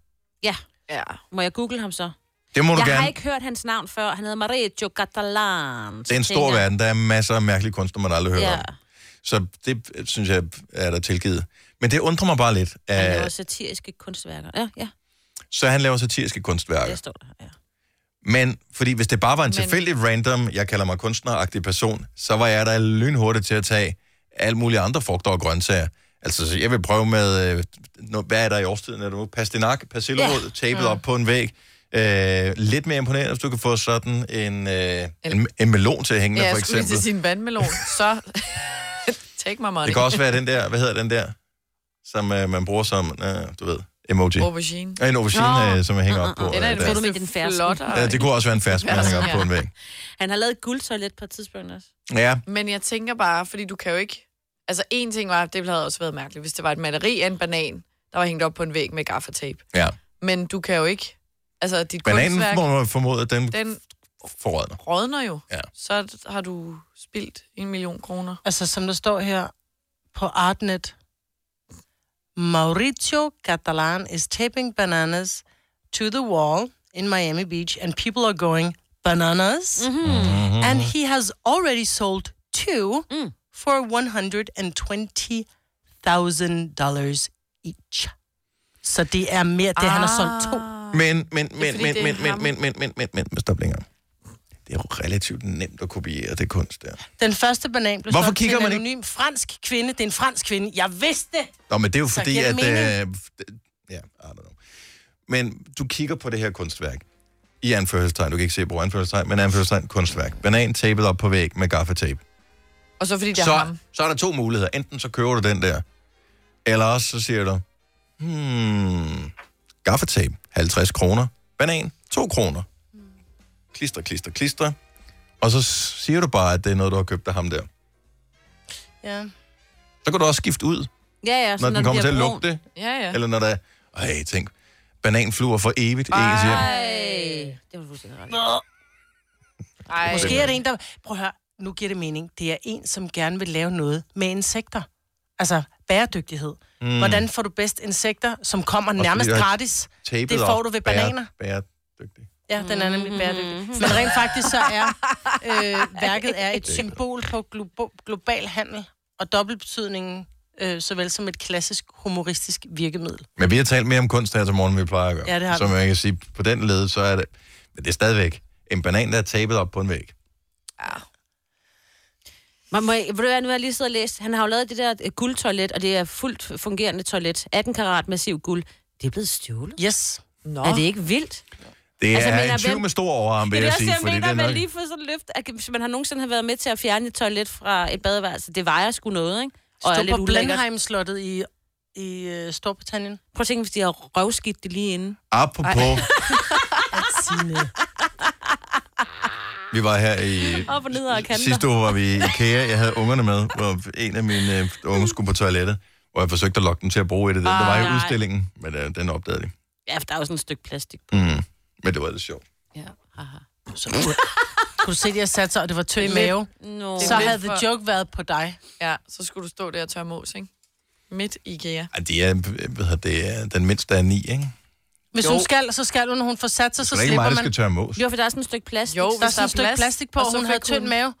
Ja.
Ja.
Må jeg google ham så?
Det må du
Jeg
gerne.
har ikke hørt hans navn før. Han hedder Mareggio Catalan.
Det er en stor verden. Der er masser af mærkelige kunstner, man aldrig hører
Ja.
om. Så det øh, synes jeg er der tilgivet. Men det undrer mig bare lidt.
Han
At,
laver satiriske kunstværker. Ja, ja.
så han laver satiriske kunstværker.
Det står der. Ja.
Men fordi hvis det bare var en tilfældig random, jeg kalder mig kunstneragtig person, så var jeg da lynhurtig til at tage alle mulige andre frugter og grøntsager. Altså, så jeg vil prøve med, øh, nå, hvad er der i årstiden? Er det nu pastinak, persillerod, yeah. tapet op på en væg? Øh, lidt mere imponerende, hvis du kan få sådan en, øh, en, en melon til at hænge med,
Ja,
for
jeg skulle lige
eksempel.
til sin vandmelon, så take my money.
Det kan også være den der, hvad hedder den der, som øh, man bruger som, øh, du ved, emoji.
Aubergine. Ah, Mm,
Ja, en aubergine, øh, som jeg hænger op på.
Den er
øh,
det
der.
du
mest
med den ferske?
flottere.
Ja, det kunne også være en fersk, man hænger op på en væg.
Han har lavet et guldtoilet på et tidspunkt også.
Ja,
Men jeg tænker bare, fordi du kan jo ikke... Altså, en ting var, det havde også været mærkeligt, hvis det var et maleri af en banan, der var hængt op på en væg med gaffatape.
ja.
Men du kan jo ikke... Altså, dit
Bananen
kunstværk,
må man formode, at den,
den
forrådner.
rådner jo.
Ja.
Så har du spildt en million kroner.
Altså, som der står her på Artnet. Mauricio Catalan is taping bananas to the wall in Miami Beach, and people are going bananas.
Mm-hmm.
And he has already sold two
Mm.
for one hundred and twenty thousand dollars each. Så det er mere det, han har solgt to.
Ah.
Men, men, men,
fordi
men,
det er
men, men,
ham.
men, men, men, men, men, men, stop længere. Det er jo relativt nemt at kopiere det kunst der.
Den første banan blev
Hvorfor
solgt
kigger
til en
man ikke-
anonym fransk kvinde. Det er en fransk kvinde. Jeg vidste det.
Nå, men det er jo fordi,
giver det
at...
mening.
Øh, d- ja, I don't know. Men du kigger på det her kunstværk. I anførselstegn. Du kan ikke se på anførselstegn, men anførselstegn kunstværk. Banan tapet op på væg med gaffatape.
Og så fordi det er
så,
ham.
så er der to muligheder. Enten så køber du den der, eller også så siger du, hmm, gaffetape, 50 kroner, banan, 2 kroner. Klister, klister, klister. Og så siger du bare, at det er noget, du har købt af ham der.
Ja.
Så kan du også skifte ud,
Ja, ja.
når, når den kommer til at lugte.
Ja, ja.
Eller når der er, ej, tænk, bananfluer for evigt i ens hjem.
Ej, det var du fuldstændig ret. i.
Ej.
Måske er det en, der... Prøv at høre, nu giver det mening. Det er en, som gerne vil lave noget med insekter. Altså bæredygtighed. Mm. Hvordan får du bedst insekter, som kommer
fordi
nærmest
der er
gratis?
Tapet
Det får
op.
du ved
Bære-
bananer.
Bæredygtig.
Ja, den er
Mhm,
nemlig bæredygtig. Men rent faktisk så er øh, værket er et symbol på glo- global handel og dobbeltbetydningen, øh, såvel som et klassisk humoristisk virkemiddel.
Men vi har talt mere om kunst her til morgen, end vi plejer at gøre.
Ja, det har
Så
vi.
man kan sige, på den led, så er det... Men det er stadigvæk en banan, der er tapet op på en væg.
Man må, ved du hvad, nu har jeg lige siddet og læst. Han har jo lavet det der øh, guldtoilet, og det er fuldt fungerende toilet. 18 karat massiv guld. Det er blevet stjålet.
Yes.
Nå.
Er det ikke vildt?
Det
Altså,
er
mener,
en tyv
hvem-
med stor overarm, vil
det
jeg
er også,
sige.
jeg
Fordi det
mener,
er
at man
nok...
lige får sådan løft, at hvis man har nogensinde har været med til at fjerne et toilet fra et badeværelse, det vejer sgu noget, ikke? Og er
Stod
lidt
på
ulækkert.
Blenheim-slottet i, i øh, Storbritannien.
Prøv at tænke, hvis de har røvskidt det lige inden.
Apropos,
Sine.
vi var her i...
Op og ned og kanter.
Sidste uge var vi i IKEA, jeg havde ungerne med, hvor en af mine øh, unge skulle på toilettet, hvor jeg forsøgte at lokke dem til at bruge et af dem, der var i
nej.
udstillingen, men øh, den opdagede de.
Ja, for der er jo sådan et stykke
Oh,
plastik.
Mm. Men det var lidt sjovt.
Ja. Aha.
Så kunne du se, at jeg satte sig, og det var tynd mave.
No.
Så
lidt
havde the
for-
joke været på dig.
Ja, så skulle du stå der og tørre mos, ikke? Midt i IKEA.
Ej, det er, øh, hvad hedder det er den mindste af ni, ikke?
Hvis
Jo.
hun skal, så skal hun, når hun får sat sig,
Så
så
det er ikke mig,
slipper
der skal
man.
tørre mås.
Jo, for der er sådan et stykke plastik.
Jo,
Jo.
Der er
hvis
sådan
der er
et stykke
plads,
plastik på,
og
og
så
hun havde
fik
tynd
hun-
mave.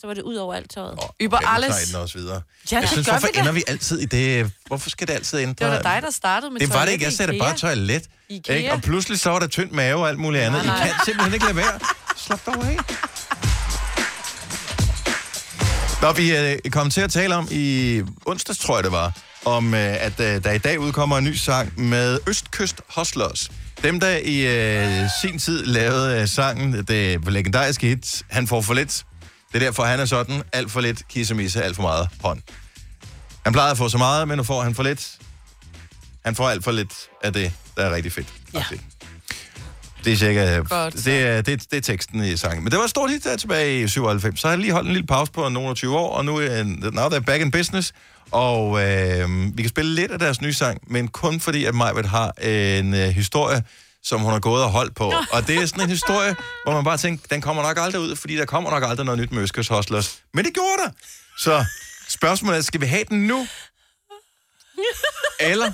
Så var det ud over alt tøjet.
Åh,
Über
ja, nu
alles.
tager I den også videre.
Ja,
jeg
det
synes,
gør
hvorfor
vi da.
ender vi altid i det? Hvorfor skal det altid ændre?
Det var da dig, der startede med
Det var det
toilet
ikke. Jeg
i
sagde det
IKEA.
bare toilet.
IKEA.
Ikke? Og pludselig så var der tynd mave og alt muligt andet. I
nej.
kan simpelthen ikke lade være. Slap dig af. Nå, vi øh, kom til at tale om i onsdags, tror jeg det var, om øh, at øh, der i dag udkommer en ny sang med Østkyst Hustlers. Dem, der i øh, sin tid lavede øh, sangen, det legendariske hit, Han får for lidt. Det er derfor, han er sådan, alt for lidt, kissemisse, alt for meget hånd. Han plejede at få så meget, men nu får han for lidt. Han får alt for lidt af det, der er rigtig fedt. Ja. Det er cirka...
Godt, så.
det, er, det, er- det er teksten i sangen. Men det var et stort hit der tilbage i 97. Så har jeg lige holdt en lille pause på nogle og 20 år, og nu er now they're back in business. Og øh, vi kan spille lidt af deres nye sang, men kun fordi, at Majbet har en øh, historie, som hun har gået og holdt på. Og det er sådan en historie, hvor man bare tænker, den kommer nok aldrig ud, fordi der kommer nok aldrig noget nyt med Øskers Hustlers. Men det gjorde der! Så spørgsmålet er, skal vi have den nu? Eller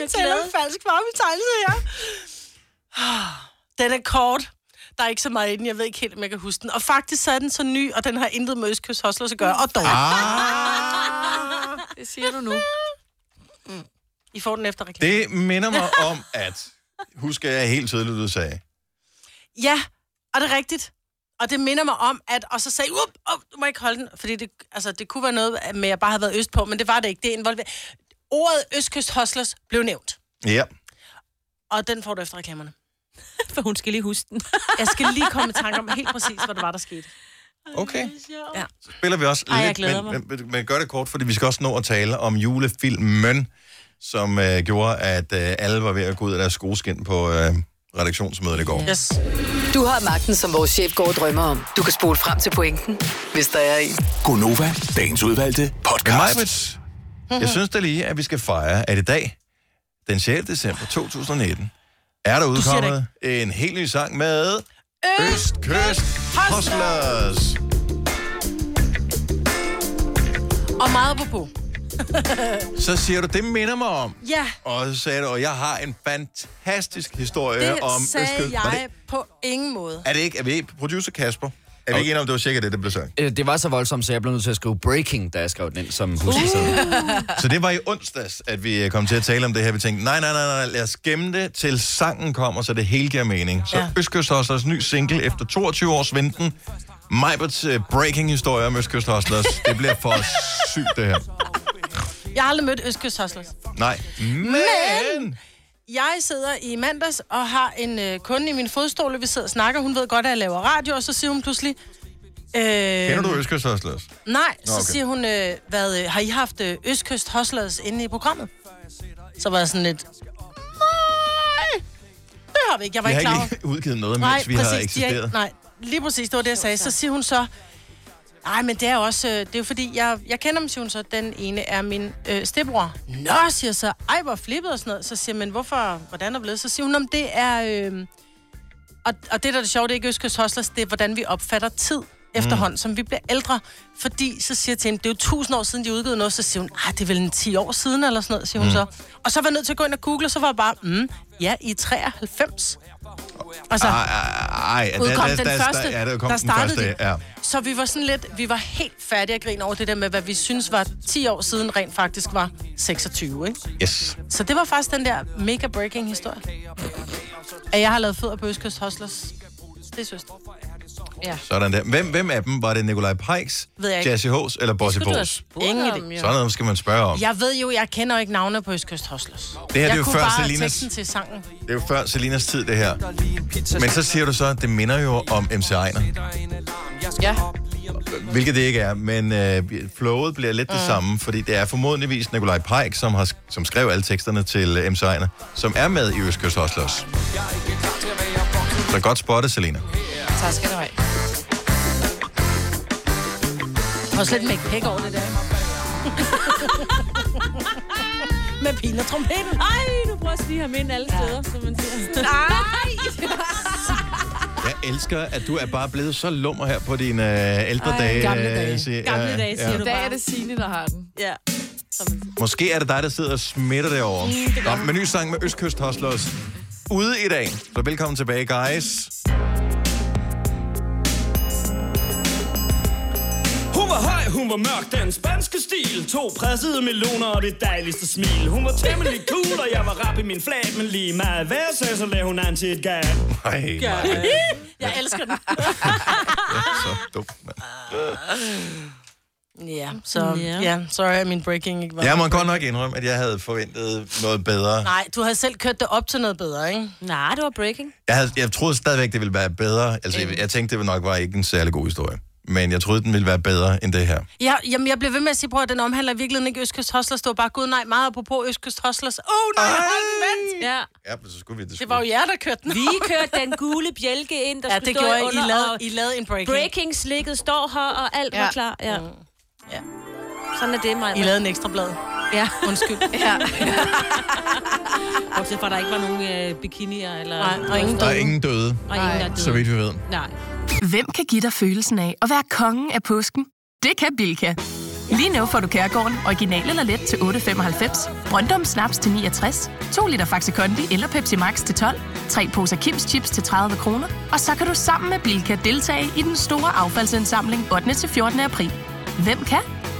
Jeg taler med falsk varmetegnelse her. Den er kort. Der er ikke så meget i den. Jeg ved ikke helt, om jeg kan huske den. Og faktisk så er den så ny, og den har intet med Østkyst Hustlers at gøre. Og dog,
Det siger du nu.
Mm. I får den efter reklamen.
Det minder mig om, at... Husker jeg helt tydeligt, du sagde.
Ja, og det er rigtigt. Og det minder mig om, at... Og så sagde jeg, up, up, du må ikke holde den. Fordi det, altså, det kunne være noget med, at jeg bare havde været øst på, men det var det ikke. Det involverede... Ordet Østkyst Hustlers blev nævnt.
Ja.
Og den får du efter reklamerne.
For hun skal lige huske den.
Jeg skal lige komme i tanke om helt præcis, hvad det var, der skete.
Okay.
Ja.
Så spiller vi også
Ej, jeg
lidt,
glæder
men, men, men, men gør det kort, fordi vi skal også nå at tale om julefilmen, som øh, gjorde, at øh, alle var ved at gå ud af deres skoskin på øh, redaktionsmødet i går.
Yes.
Du har magten, som vores chef går og drømmer om. Du kan spole frem til pointen, hvis der er en.
Gonova, dagens udvalgte
Men
podcast.
Majbrits, jeg synes da lige, at vi skal fejre, at i dag, den 6. december 2019,
siger
er der
det
udkommet en helt ny sang med Østkyst Hustlers.
Og meget apropos.
Så siger du, det minder mig om.
Ja,
Og så sagde du, og jeg har en fantastisk historie
det
om
sagde
Østkyst. Var
jeg
det,
på ingen måde.
er det ikke, er vi producer Kasper? Er vi ikke enige om, det var cirka det, der blev sagt?
Øh, Det var så voldsomt, så jeg blev nødt til at skrive breaking, da jeg skrev den ind som
Uh.
huskeseddel.
Uh. Så det var i onsdags, at vi øh, kom til at tale om det her. Vi tænkte, nej, nej, nej, nej, lad os gemme det, til sangen kommer, så det hele giver mening. Så ja.
Ja.
Østkyst Hustlers ny single efter 22 års venten. Majberts øh, breaking-historie om Østkyst Hustlers. Det bliver for sygt, det her.
Jeg har aldrig mødt Østkyst Hustlers.
Nej. Men!
jeg sidder i mandags og har en øh, kunde i min fodstol, og vi sidder og snakker. Hun ved godt, at jeg laver radio, og så siger hun pludselig... Øh,
Kender du Øskers Hoslers?
Nej,
Nå,
så
okay.
siger hun, øh, hvad, øh, har I haft øh, Østkyst Hustlers inde i programmet? Så var jeg sådan lidt, nej, det har vi ikke. Jeg var
Vi har
ikke klar over.
ikke udgivet noget, mens
Nej,
vi har
præcis, de er ikke-
eksisteret.
Nej, lige præcis, det var det, jeg sagde. Så siger hun så, nej, men det er også, øh, det er jo fordi, jeg, jeg kender dem, siger hun så, den ene er min øh, stebror. Nå, siger jeg så, ej, hvor flippet og sådan noget. Så siger jeg, men hvorfor, hvordan er det blevet? Så siger hun, om det er, øh, og, og det, der er det sjove, det er ikke Østkyst Hoslers, det er, hvordan vi opfatter tid efterhånden,
Mm.
som vi bliver ældre. Fordi så siger jeg til hende, det er jo tusind år siden, de udgav noget, så siger hun, ah, det er vel en 10 år siden, eller sådan noget, siger hun
Mm.
så. Og så var jeg nødt til at gå ind og google, og så var jeg bare, mm, ja, i 93. Altså,
Ej, ej, ej,
udkom
der,
den
der,
første,
Der, ja, der, kom
der
den
startede
første,
de.
ja.
Så vi var sådan lidt, vi var helt færdige at grine over det der med, hvad vi synes var 10 år siden rent faktisk var 26, ikke?
Yes.
Så det var faktisk den der mega breaking historie. At jeg har lavet fødder på Østkyst Hustlers. Det synes jeg.
Sådan der. Hvem, hvem af dem? Var det Nikolaj Pikes,
Ved jeg ikke.
Jazzy H's eller Bossy
Skulle du have
Bo's?
spurgt
Ingen
om,
idé.
jo.
Sådan noget skal man spørge om.
Jeg ved jo, jeg kender jo ikke navne på Østkyst Hustlers.
Det her det
jeg
er jo
kunne
før
bare
Selinas-
teksten til sangen.
Det er jo før Selinas tid, det her. Men så siger du så, at det minder jo om MC Ejner.
Ja.
Hvilket det ikke er, men øh, flowet bliver lidt mm. det samme, fordi det er formodentligvis Nikolaj Pajk, som, har, sk- som skrev alle teksterne til øh, MC Ejner, som er med i Østkyst Oslos. Så godt spottet, Selina.
Tak skal du have.
Og slet ikke pæk over det der. Med pil og trompeten.
Ej, du prøver at snige ham ind alle steder, som man siger.
Ah.
Jeg elsker, at du er bare blevet så lummer her på dine øh, ældre Ej, dage. øh,
gamle dage.
siger-
Gamle dage, siger
I
du.
dag er det Signe, der har den.
Ja.
Måske er det dig, der sidder og smitter derovre.
Mm,
Nå, med ny sang med Østkyst Hustlers. Ude i dag. Så velkommen tilbage, guys.
Hun var høj, hun var mørk, den spanske stil To pressede meloner og det dejligste smil Hun var temmelig cool, og jeg var rap i min flag Men lige meget hvad jeg sagde, så lagde hun an til et gab
Ej, nej,
Jeg elsker den.
så dumt, mand.
Ja, så ja.
Ja.
Yeah, sorry, at min breaking ikke var...
Jeg må godt nok indrømme, at jeg havde forventet noget bedre.
Nej, du havde selv kørt det op til noget bedre, ikke?
Nej, det var breaking.
Jeg, havde, jeg troede stadigvæk, det ville være bedre. Altså, jeg, jeg tænkte, det nok var ikke en særlig god historie. Men jeg troede, den ville være bedre end det her.
Ja, jamen, jeg blev ved med at sige, prøv at den omhandler i virkeligheden ikke Østkyst Hustlers. Det var bare, gud nej, meget apropos Østkyst Hustlers. Åh, oh, nej, hold den vent.
Ja.
Ja, men så skulle vi det.
Det var jo jer, der kørte den.
Vi kørte den gule bjælke ind, der
Ja,
skulle
det
stå
gjorde I.
under,
I lavede,
og
I lavede en breaking.
breaking slikket står her, og alt ja. var
Ja.
klar. Ja.
Mm. Ja.
Sådan er det, Maja.
I lavede en ekstra blad.
Ja.
Undskyld.
Ja.
Bortset fra, at der ikke var nogen øh, bikinier eller...
Nej, og ingen
Der er
døde.
ingen døde,
Og ingen, der døde.
så vidt vi ved.
Nej.
Hvem kan give dig følelsen af at være kongen af påsken? Det kan Bilka! Lige nu får du Kærgården original eller let til 8.95, Brøndum Snaps til 69, 2 liter Faxi Kondi eller Pepsi Max til 12, 3 poser Kims Chips til 30 kroner, og så kan du sammen med Bilka deltage i den store affaldsindsamling 8. til 14. april. Hvem kan?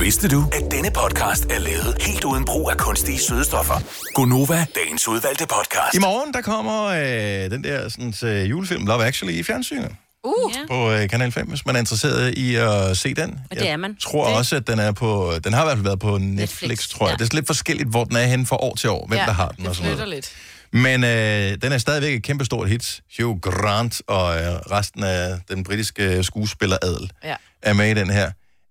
Vidste du, at denne podcast er lavet helt uden brug af kunstige sødestoffer? Gonova, dagens udvalgte podcast.
I morgen, der kommer øh, den der sådan, øh, julefilm Love Actually i fjernsynet.
Uh. Ja.
på øh, Kanal 5, hvis man er interesseret i at se den.
Og det er man.
Jeg tror
Det-
også, at den er på... Den har i hvert fald været på Netflix, Netflix
Netflix,
tror jeg.
ja.
Ja. Det er lidt forskelligt, hvor den er henne fra år til år, hvem ja, der har den og
det
sådan
flytter
noget.
lidt.
Men øh, den er stadigvæk et kæmpestort hit. Hugh Grant og øh, resten af den britiske skuespiller Adel
Ja.
er med i den her.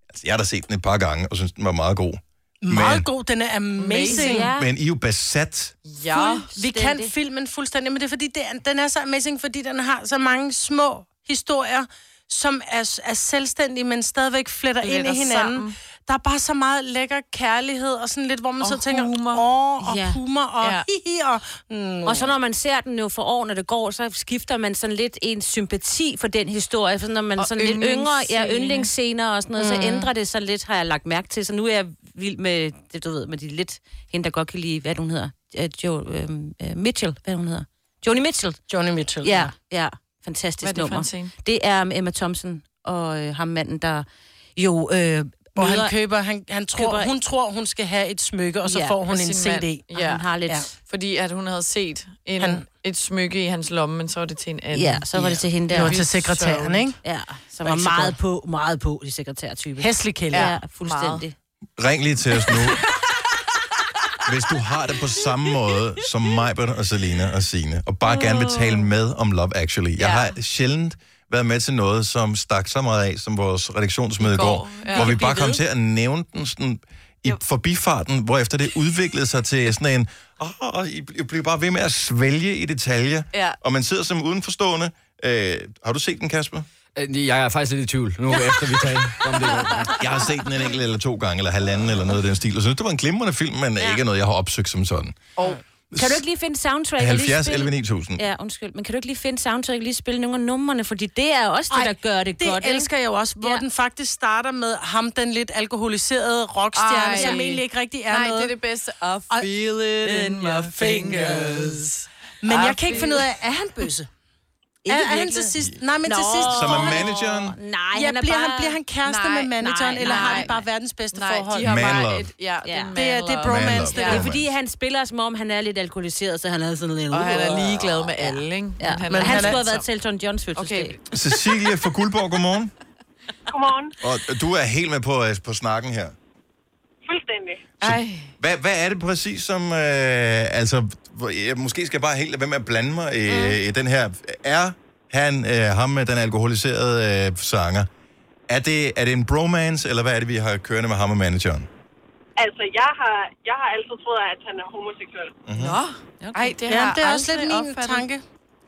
Altså, jeg har da set den et par gange, og synes, den var meget god.
Meget
men,
god, den er amazing.
Ja.
Men I er jo besat.
Ja.
Vi kan filmen fuldstændig, men det er fordi, det er, den er så amazing, fordi den har så mange små historier, som er, er selvstændige, men stadigvæk fletter ind i
Fletter
hinanden.
sammen.
Sammen. Der er bare så meget lækker kærlighed, og sådan lidt, hvor man
Og
så tænker,
humor.
åh, og
Ja.
humor, og
Ja.
ja. hihi, og... Mm.
Og så når man ser den jo for år, når det går, så skifter man sådan lidt en sympati for den historie. For når man er
Og
sådan lidt yngre, ja,
yndlingsscene.
yndlingsscener og sådan noget, mm.
Mm.
så ændrer det sig lidt, har jeg lagt mærke til. Så nu er jeg vild med, det, du ved, med de lidt, hende der godt kan lide, hvad er det, hun hedder, øh, jo, øh, øh, Mitchell, hvad er det, hun hedder? Joni Mitchell.
Joni Mitchell,
ja. Ja, fantastisk
Hvad er det for en
nummer.
scene?
det er um, Emma Thompson og øh, ham manden, der jo øh,
Hvor han
møder-
køber, han, han tror,
køber-
køber... hun tror, hun skal have et smykke, og så ja, får hun en CD.
Ja,
Og hun
har lidt. Ja. Fordi at hun havde set en, han...
Han-
et smykke i hans lomme, men så var det til en anden.
Ja, så var det til hende der.
Det var til sekretæren, ikke?
Ja, som
var
var
ikke så
meget
godt.
på, meget på, de sekretærtype.
Hæslig kælder.
Ja,
Ja,
fuldstændig.
Ring lige til os nu. Hvis du har det på samme måde som Majbert og Selina og Sine, og bare gerne vil tale med om Love Actually. Jeg
Ja.
har sjældent været med til noget, som stak så meget af, som vores redaktionsmøde i går,
ja.
hvor vi
Det bliver
bare kom
ved.
til at nævne den sådan i forbifarten, hvor efter det udviklede sig til sådan en, åh, oh, I bl- I bliver bare ved med at svælge i detaljer,
Ja.
og man sidder som udenforstående. Øh, har du set den, Kasper?
Øh, Jeg er faktisk lidt i tvivl, nu efter vi talte om det.
Jeg har set den en enkelt eller to gange, eller halvanden, eller noget af den stil. Jeg synes, det var en glimrende film, men ja. ikke noget, jeg har opsøgt som sådan.
Kan du ikke lige finde soundtrack?
70,
spille-
11, 9000.
Ja, undskyld. Men kan du ikke lige finde soundtrack og lige spille nogle af numrene? Fordi det er jo også det,
Ej,
der gør det,
det
godt.
elsker jeg jo også, hvor ja. den faktisk starter med ham, den lidt alkoholiserede
Ej.
rockstjerne, som egentlig ikke rigtig er
Nej,
noget.
det er det bedste. I feel it in my fingers.
Men
I
jeg kan ikke
feel-
finde ud af, er han bøsse? Er,
Ikke
er han
virkelig.
til sidst? Nej, men til
Nå.
sidst...
Som er
får han-
manageren?
Nej,
ja,
han er
bliver,
bare-
han, bliver han kæreste
Nej,
med manageren,
nej,
eller har
nej.
de bare verdens bedste
Nej, de
forhold?
har
Man bare love. et-
Ja, det er,
det er, det er
love. Man
bromance,
love,
det
Det
der.
er fordi, han spiller, som om han er lidt alkoholiseret, så han er sådan lidt...
Og han er ligeglad med alle, ikke?
Ja.
han
Men,
er-
han,
han er
skulle have
altid-
været til Elton Johns fødselsdag. Okay.
Cecilie fra Guldborg, godmorgen.
Godmorgen.
Og du er helt med på, øh, på snakken her.
Fuldstændig.
Ej.
Hvad, hvad er det præcis, som... Øh, altså, hvor- jeg måske skal bare helt lade være med at blande mig i, mm. i den her... Er han, øh, ham med den alkoholiserede øh, sanger, er det, er det en bromance, eller hvad er det, vi har kørende med ham og manageren?
Altså, jeg har, jeg har altid troet, at han er homoseksuel.
Mhm.
Nå. Ej, det har
ja,
jeg
det er også lidt
aldrig
min
opfattet.
tanke.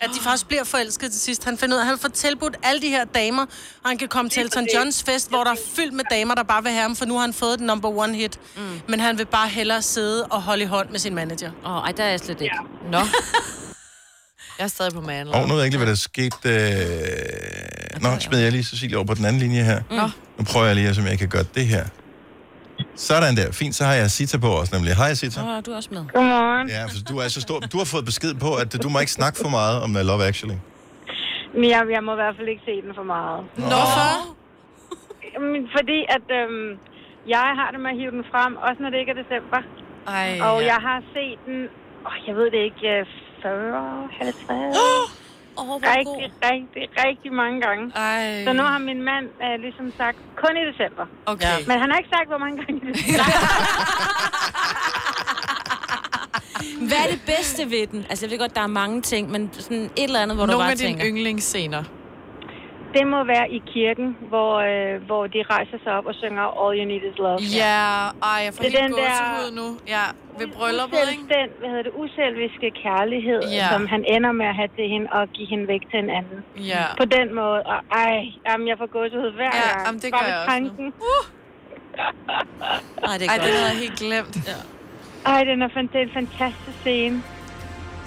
At de faktisk bliver forelsket til sidst. Han finder ud af, at han får tilbudt alle de her damer, og han kan komme til
Lige
Elton
præcis.
Johns fest, hvor der er fyldt med damer, der bare vil have ham, for nu har han fået den number one hit. Mm. Men han vil bare hellere sidde og holde i hånd med sin manager.
Åh, oh, ej, der er jeg slet ikke.
Ja. Nå. Jeg er stadig på man.
Og nu ved jeg ikke, hvad der skete. Øh... Nå, smed jeg lige Cecilie over på den anden linje her.
Nå.
Nu prøver jeg lige, om jeg kan gøre det her. Sådan der. Fint, så har jeg Sita på også nemlig. Hej Sita.
Åh, du er også med.
Godmorgen.
Ja, for du er så stor. Du har fået besked på, at du må ikke snakke for meget om øh, Love Actually.
Men jeg, jeg må i hvert fald ikke se den for meget.
Hvorfor?
Jamen, fordi at øhm, jeg har det med at hive den frem, også når det ikke er december.
Ej,
og
ja.
jeg har set den, åh, jeg ved det ikke, øh, 40, 50...
Oh,
rigtig, rigtig, rigtig mange gange.
Ej.
Så nu har min mand øh, ligesom sagt, kun i december.
Okay.
Men han har ikke sagt, hvor mange gange i december.
Hvad er det bedste ved den? Altså, jeg ved godt, der er mange ting, men sådan et eller andet, hvor du
Nogle
bare
af dine
tænker...
yndlingsscener.
Det må være i kirken, hvor, øh, hvor de rejser sig op og synger All You Need Is Love.
Ja, ej, jeg får
Det er
helt
den der-
gåsehud nu. Ja, ved brylluppet, ikke?
Uselvstænd, hvad hedder det, uselviske kærlighed,
Ja.
ja. som han ender med at have til hende og give hende væk til en anden.
Ja.
På den måde. Og ej, jamen, jeg får gåsehud hver
Ja,
gang.
jamen, det
Bare
gør
ved
jeg også
tanken.
nu.
Ej, det
Ej,
er
det havde
godt.
jeg helt glemt. Ja.
Ej, den er, fan- det er en fantastisk scene.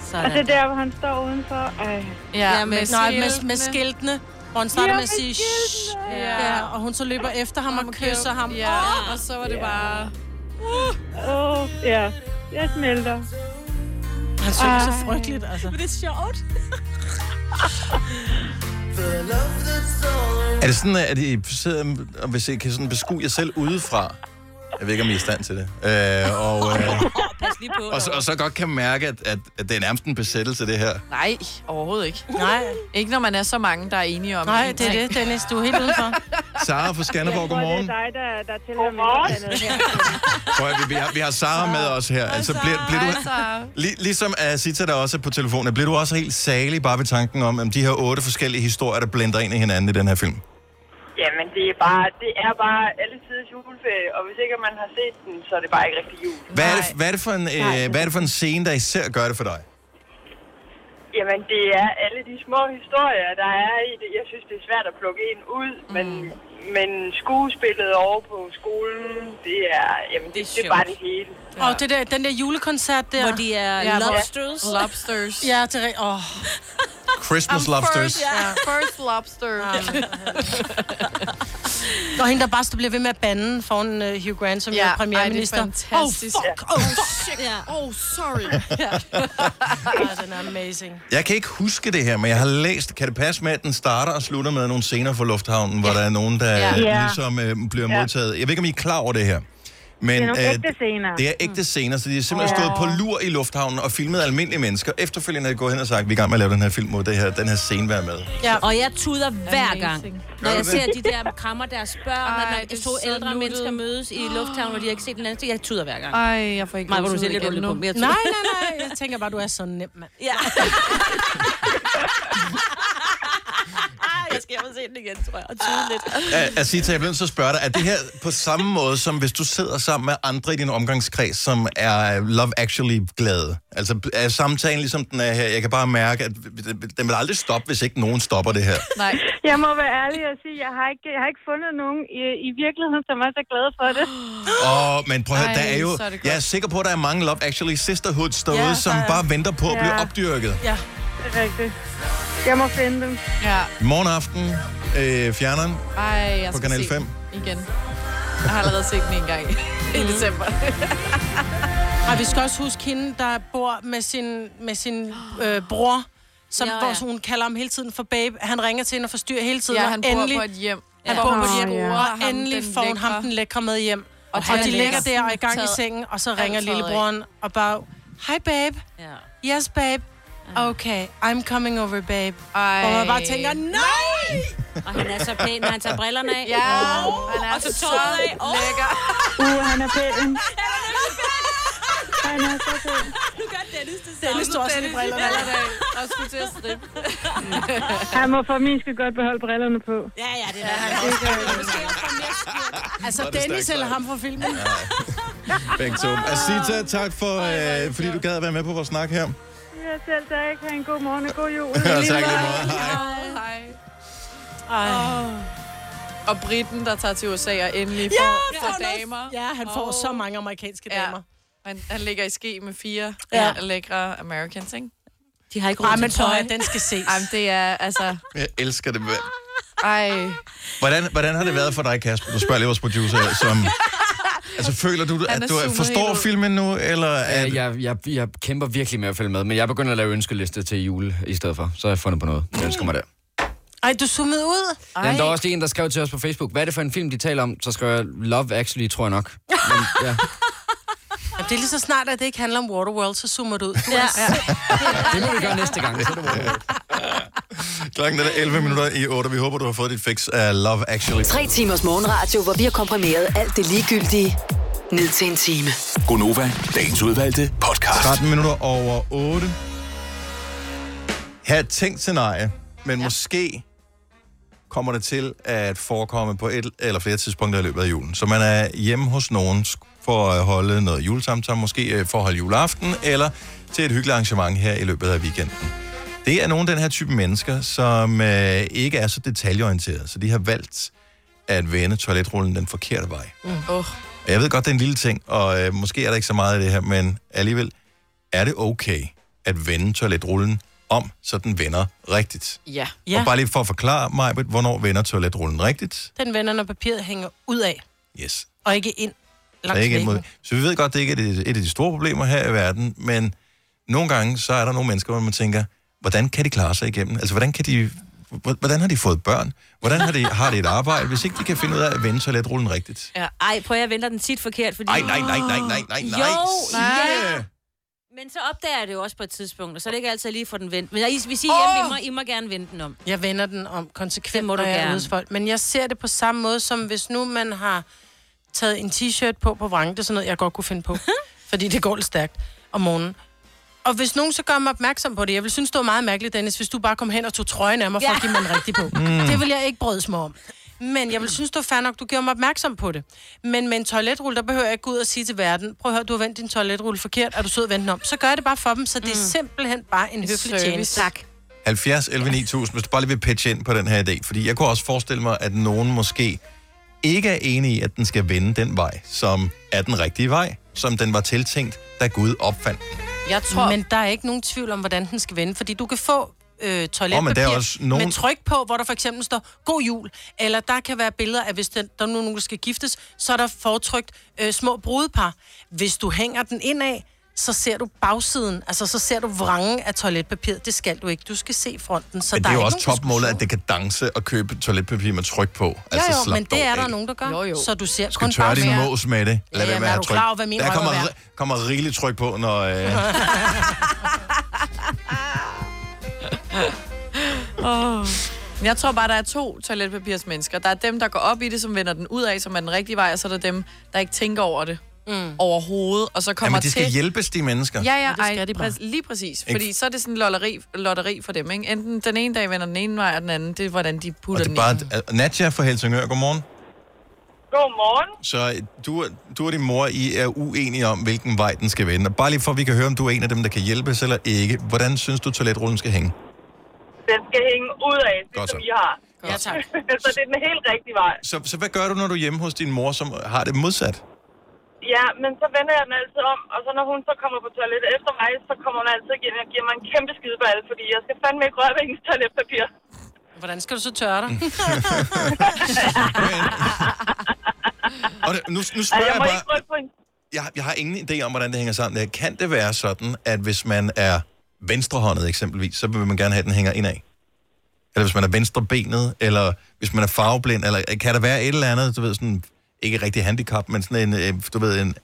Sådan.
Og det er der, hvor han står udenfor. Ej.
Ja, med, nej, med, med skiltene. Hvor han starter
Ja,
med at sige,
med
Shh,
Ja.
ja. og hun så løber efter ham og kysser ham.
Ja,
Åh!
og så var det bare...
Åh, oh, ja. Jeg smelter.
Han synger så
Ej.
frygteligt, altså.
Men det er sjovt.
Er det sådan, at I sidder og hvis I kan sådan beskue jer selv udefra? Jeg ved ikke, om I er i stand til det. Øh, og, øh,
Pas lige på.
og, så, og så godt kan mærke, at, at, at det er nærmest en besættelse, det her.
Nej, overhovedet ikke.
Nej.
Ikke når man er så mange, der er enige om
Nej,
en
det er
ting.
det, Dennis. Du er helt udenfor.
Sara fra Skanderborg, godmorgen.
Det er dig, der, der tæller mig her.
Prøv at, vi, vi, har, vi har Sara med os her. Altså, bliver, bliver du, Lig, ligesom at Sita der også er på telefonen, bliver du også helt salig bare ved tanken om, om de her otte forskellige historier, der blender ind i hinanden i den her film?
Jamen, det er bare, det er bare alle tiders juleferie, og hvis ikke man har set den, så er det bare ikke rigtig jul.
Hvad er, det, hvad, er det for en, øh, hvad er det for en scene, der især gør det for dig?
Jamen, det er alle de små historier, der er i det. Jeg synes, det er svært at plukke en ud, mm. men, men skuespillet over på skolen, det er, jamen, det, det, det er bare det hele.
Ja. Og det der, den der julekoncert der.
Hvor de er
hvor-
lobsters.
Lobsters.
Ja, det er oh.
Christmas lobsters.
First, yeah. first lobster.
Og hende, der bare står- bliver ved med at bande foran uh, Hugh Grant, som
Ja,
ja, er
ej, det er
premierminister.
fantastisk.
Oh, fuck, oh, fuck.
Ja. Oh, sorry.
Ja. oh, den er amazing.
Jeg kan ikke huske det her, men jeg har læst, kan det passe med, at den starter og slutter med nogle scener fra Lufthavnen, hvor der er nogen, der
Ja.
ja.
Ja.
ligesom øh, bliver
Ja.
modtaget. Jeg ved ikke, om I er klar over det her. Men,
Det er nogle
øh,
ægte scener.
Det er ægte scener, så de har simpelthen
Ja.
stået på lur i lufthavnen og filmet almindelige mennesker. Efterfølgende er de gået hen og sagt, vi er i gang med at lave den her film mod det her, den her scene være med.
Ja. Og jeg tuder hver gang, når
du
jeg
det?
ser de der krammer deres børn,
Ej,
Ej, når
det
to
er så
ældre
nuttet.
mennesker mødes i lufthavnen, og de har ikke set den anden. Jeg tuder hver gang.
Ej, jeg får ikke
Maja, hvor du
gåsehud
ser lidt
igen
underligt
nu.
på mig. Jeg
Nej, nej, nej. Jeg tænker bare, du er så nem, mand.
Ja. jeg skal hjem og se den igen, tror jeg, og tude lidt.
At- At sige til, jeg bliver nødt til at spørge dig, er det her på samme måde, som hvis du sidder sammen med andre i din omgangskreds, som er Love Actually-glade? Altså, er samtalen ligesom den er her? Jeg kan bare mærke, at den vil aldrig stoppe, hvis ikke nogen stopper det her.
Nej.
Jeg må være ærlig og sige, jeg har ikke, jeg har ikke fundet nogen i, i virkeligheden, som er så glade for det.
Og, men prøv at høre,
Ej,
der er jo...
så er det godt.
jeg er sikker på, at der er mange Love Actually Sisterhoods derude,
Ja,
ja,
der
som
er-
bare venter på at blive
Ja.
opdyrket.
Ja,
det er rigtigt. Jeg må finde dem.
Ja.
I morgen aften, øh, fjerneren.
Ej, jeg
På
skal
Kanal
se
5.
den igen. Jeg har allerede set den en gang i december.
Og vi skal også huske hende, der bor med sin, med sin øh, bror, som
Ja,
ja,
ja.
ja. Hvor, hun kalder ham hele tiden for babe. Han ringer til hende og forstyrrer hele tiden.
Ja,
og
han bor
endelig,
på et hjem.
Han
Ja.
bor på et
Åh,
hjem,
ja.
og
Ham,
endelig
den
får hun
lækre.
ham den lækre med hjem.
Og
Og,
han
og
er
de ligger
lækker.
der og er i gang i
Taget-
sengen, og så
alt
ringer
tøjet af.
lillebroren og bare, hej babe, ja. yes babe, okay, I'm coming over babe. Ej. Og man bare tænker, nej!
Og han er så pæn, når han tager brillerne af.
Ja,
Åh,
han er
og så
så
tøjet af. Åh.
lækker.
Uh, han er pæn. Han er så pæn.
Nu gør Dennis det samme.
Dennis tog også lige brillerne af. Og skulle til at strippe.
Han må for min skal godt beholde brillerne på.
Ja, ja, det er det. Han
det gør jeg.
Altså
Så er det
Dennis
stærkt
eller ham fra filmen.
Begge to. Asita, tak for, øh, fordi du gad at være med på vores snak her.
Ja, selv tak. Ha' en god morgen og god jul.
tak, lige
Hej.
måde.
Hej.
Ej.
Og Britten, der tager til USA og endelig får,
Ja,
får
får noget-
damer.
Ja, han får så mange amerikanske damer.
Ja. Han, han ligger i ske med fire ja.
Ja.
lækre Americans, ikke?
De har ikke
råd Ej, til men prøv at høre, tøj. den skal ses.
Ej, men det er altså...
Jeg elsker det.
Ej.
Hvordan, hvordan har det været for dig, Kasper? Du spørger lige vores producer, her, som... Altså, føler du,
Han
at
er
du
zoomet helt
forstår
ud.
filmen nu, eller at...
Jeg, jeg, jeg, jeg kæmper virkelig med at følge med, men jeg begynder at lave ønskeliste til jule i stedet for. Så har jeg fundet på noget. Jeg ønsker mig der.
Ej, du zoomede ud.
Jamen, der var også lige en, der skrev til os på Facebook, hvad er det for en film, de taler om? Så skrev jeg Love Actually, tror jeg nok. Men, ja.
Jamen, Det er lige så snart, at det ikke handler om Waterworld, så zoomer du ud. Du ja.
Det må vi gøre næste gang. Så er det vores.
Klokken er 11 minutter i 8. Vi håber, du har fået dit fix af Love Actually.
Tre timers morgenradio, hvor vi har komprimeret alt det ligegyldige ned til en time.
Gonova, dagens udvalgte podcast. 13 minutter over 8. Her et tænkt scenarie, men ja. måske kommer det til at forekomme på et eller flere tidspunkter i løbet af julen. Så man er hjemme hos nogen sk- for at holde noget julesamtale, måske øh, for at holde juleaften, eller til et hyggeligt arrangement her i løbet af weekenden. Det er nogle af den her type mennesker, som øh, ikke er så detaljeorienterede, så de har valgt at vende toiletrullen den forkerte vej.
Mm. Oh.
Og Jeg ved godt, det er en lille ting, og øh, måske er der ikke så meget af det her, men alligevel er det okay at vende toiletrullen om, så den vender rigtigt.
Ja.
Og bare lige for at forklare mig, hvornår vender toiletrullen rigtigt?
Den vender, når papiret hænger ud af,
Yes.
og ikke ind
Der er
langs
ikke en
væggen.
måde. Så vi ved godt, det ikke er det- et af de store problemer her i verden, men nogle gange, så er der nogle mennesker, hvor man tænker, hvordan kan de klare sig igennem? Altså, hvordan kan de... h- Hvordan har de fået børn? Hvordan har de, har de et arbejde, hvis ikke de kan finde ud af at vende toiletrullen rigtigt?
Ja. Ej, prøv at jeg venter den tit forkert, fordi...
Ej, nej, nej, nej, nej, nej, nej.
Jo,
Signe!
ja. Men så opdager jeg det jo også på et tidspunkt, og så er det ikke altid jeg lige for den vendt. Men I, vi siger hjemme, I må, I må gerne vende den om.
Jeg vender den om konsekvent,
må
når
du
jeg er
gerne.
ude hos folk. Men jeg ser det på samme måde, som hvis nu man har taget en t-shirt på på vrang. Det er sådan noget, jeg godt kunne finde på. fordi det går lidt stærkt om morgenen. Og hvis nogen så gør mig opmærksom på det, jeg vil synes, det var meget mærkeligt, Dennis, hvis du bare kom hen og tog trøjen af mig, for
Ja.
at give mig en rigtig på.
Mm.
Det vil jeg ikke brødes mig om. Men jeg vil synes, du er fair nok, du gjorde mig opmærksom på det. Men med en toiletrulle, der behøver jeg ikke gå ud og sige til verden, prøv at høre, du har vendt din toiletrulle forkert, er du sød at vende den om. Så gør jeg det bare for dem,
Mm.
så det er simpelthen bare en høflig
Service.
tjeneste. Tak.
70 11 9000, hvis du bare lige vil pitche ind på den her idé. Fordi jeg kunne også forestille mig, at nogen måske ikke er enige i, at den skal vende den vej, som er den rigtige vej, som den var tiltænkt, da Gud opfandt. den.
Jeg tror... Men der er ikke nogen tvivl om, hvordan den skal vende, fordi du kan få øh,
Åh, men der
toiletpapir
er
oh,
også
nogen...
nogen-
med tryk på, hvor der for eksempel står, god jul, eller der kan være billeder af, hvis den, der nu nogen, der skal giftes, så er der fortrykt øh, små brudepar. Hvis du hænger den indad, så ser du bagsiden, altså så ser du vrangen af toiletpapiret. Det skal du ikke. Du skal se fronten. Så
Men
der
det er
ikke
jo også
nogen
topmålet, at det kan danse og købe toiletpapir med tryk på.
Jo,
altså,
jo,
slap
men
dog
det er der
af.
nogen, der gør. Jo, jo. Så du ser
Skal
kun
tørre din
bagsiden.
mås med det. Lad
Ja,
være
men
med at
er
have
du
tryk.
klar over, hvad min
Der
røv er
kommer,
værd?
ri- kommer rigeligt tryk på, når... Øh...
Oh. Jeg tror bare, der er to toiletpapirsmennesker. Der er dem, der går op i det, som vender den ud af, som er den rigtige vej, og så er der dem, der ikke tænker over det mm. overhovedet, og så kommer
Jamen, de skal
til...
hjælpes, de mennesker.
Ja, ja, ej, de præ- lige præcis.
Ikke?
Fordi så er det sådan lotteri, lotteri for dem, ikke? Enten den ene dag vender den ene vej, og den anden, det er, hvordan de
Og
putter
det
den
er
i.
bare... at- Nadja fra Helsingør, godmorgen.
Godmorgen.
Så du, du og din mor, I er uenige om, hvilken vej den skal vende. Og bare lige for, at vi kan høre, om du er en af dem, der kan hjælpes eller ikke. Hvordan synes du, toiletrullen skal hænge?
Den skal hænge ud af,
Godt
ligesom
så.
I har.
Ja, tak.
så det er den helt rigtige vej.
Så, så hvad gør du, når du er hjemme hos din mor, som har det modsat?
Ja, men så vender jeg den altid om, og så når hun så kommer på toilettet efter mig, så kommer hun altid igen og giver mig en kæmpe skideball, fordi jeg skal fandme ikke røre ved hendes toiletpapir.
Hvordan skal du så tørre dig?
Og det, nu, nu
Ej,
spørger
jeg
jeg
må
bare...
ikke rykke på hende.
Jeg, jeg har ingen idé om, hvordan det hænger sammen. Kan det være sådan, at hvis man er venstrehåndet eksempelvis, så vil man gerne have, at den hænger indad? Eller hvis man er venstrebenet, eller hvis man er farveblind, eller kan der være et eller andet, du ved, sådan, ikke rigtig handicap, men sådan en, øh, du ved, en,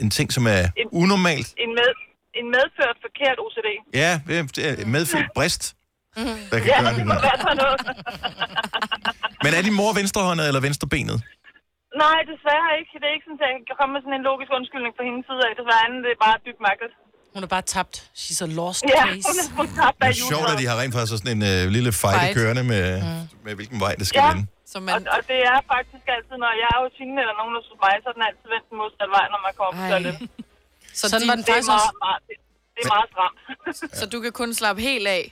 en ting, som er
En-
unormalt?
En, med, en medført forkert OCD.
Ja, det er medfødt brist. Der kan
ja,
gøre
det
det.
må være sådan noget.
Men er din mor venstrehåndet eller venstrebenet?
Nej, desværre ikke. Det er ikke sådan, at jeg kan komme med sådan en logisk undskyldning fra hendes side af. Desværre andet, det er bare dybt mærkeligt.
Hun er bare tabt. She's a lost
Ja,
case.
hun er sgu tabt
Det
af
er sjovt, at de har rent faktisk sådan en øh, lille
Fight.
fejde kørende med, med, hvilken vej det skal
Ja,
vende.
så man...
og, og, det er faktisk altid, når jeg er hos hende eller nogen hos mig, så er den altid vendt den modsatte vej, når man kommer på toilettet.
Så Sådan de- var den
det
faktisk
er meget,
også.
meget, det, det er meget stramt.
Så du kan kun slappe helt af,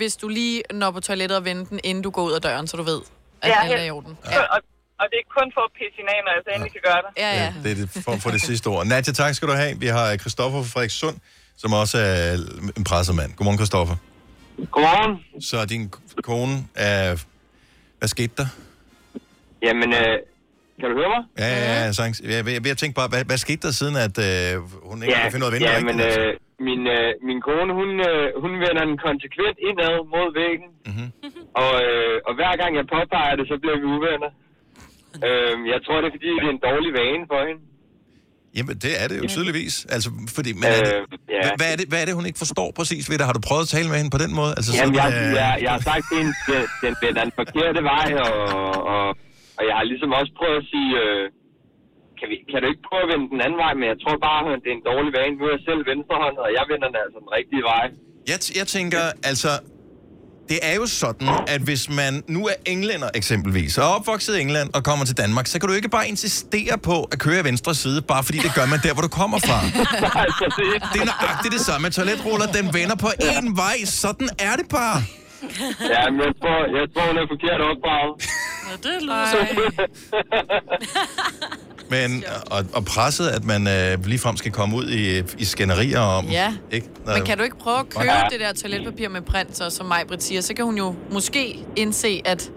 hvis du lige når på toilettet og vender den, inden du går ud af døren, så du ved, at ja, alt er i orden.
Ja. Og, og det er kun for at pisse hende af, når jeg så endelig kan gøre det.
Ja, ja.
Det er det form for det sidste ord. Nadja, tak skal du have. Vi har øh, Christoffer fra Frederikssund, som også er øh, en pressemand. Godmorgen, Christoffer.
Godmorgen.
Så din k- kone er... Hvad skete der?
Jamen, øh, kan du høre mig?
Ja, ja,
Mhm.
ja. Sangs. Jeg, jeg, jeg tænkte bare, hvad, hvad skete der siden, at øh, hun ikke kan finde ud af at vinde
ja, men
rigtigt? altså?
øh, min, øh, min kone, hun, øh, hun vender den konsekvent indad mod væggen.
Mhm.
Mm-hmm. Og, øh, og hver gang jeg påpeger det, så bliver vi uvenner. Øh, jeg tror, det er fordi, det er en dårlig vane for hende.
Jamen, det er det jo tydeligvis. Altså, fordi, men er det,
Øh, ja.
hva- hvad, er det, hvad er det, hun ikke forstår præcis ved det? Har du prøvet at tale med hende på den måde? Altså,
Jamen, jeg,
sådan, øh,
jeg, jeg har sagt til hende, den, den vender den forkerte vej, og, og, og jeg har ligesom også prøvet at sige, øh, kan, vi, kan du ikke prøve at vende den anden vej, men jeg tror bare, at det er en dårlig vane. Nu er jeg selv venstrehåndet, og jeg vender den altså den rigtige vej.
Jeg, t- jeg tænker, altså... Det er jo sådan, at hvis man nu er englænder eksempelvis, og er opvokset i England og kommer til Danmark, så kan du ikke bare insistere på at køre i venstre side, bare fordi det gør man der, hvor du kommer fra. Det er nøjagtigt det samme. Toiletruller, den vender på én vej. Sådan er det bare.
Ja, men jeg tror, jeg tror hun er forkert opdraget.
Ja, det lyder
Men, og, og presset, at man øh, ligefrem skal komme ud i, i skænderier om...
Ja.
Ikke?
Men kan du ikke prøve at købe
Ja.
det der toiletpapir med print, så som mig, Britt siger, så kan hun jo måske indse, at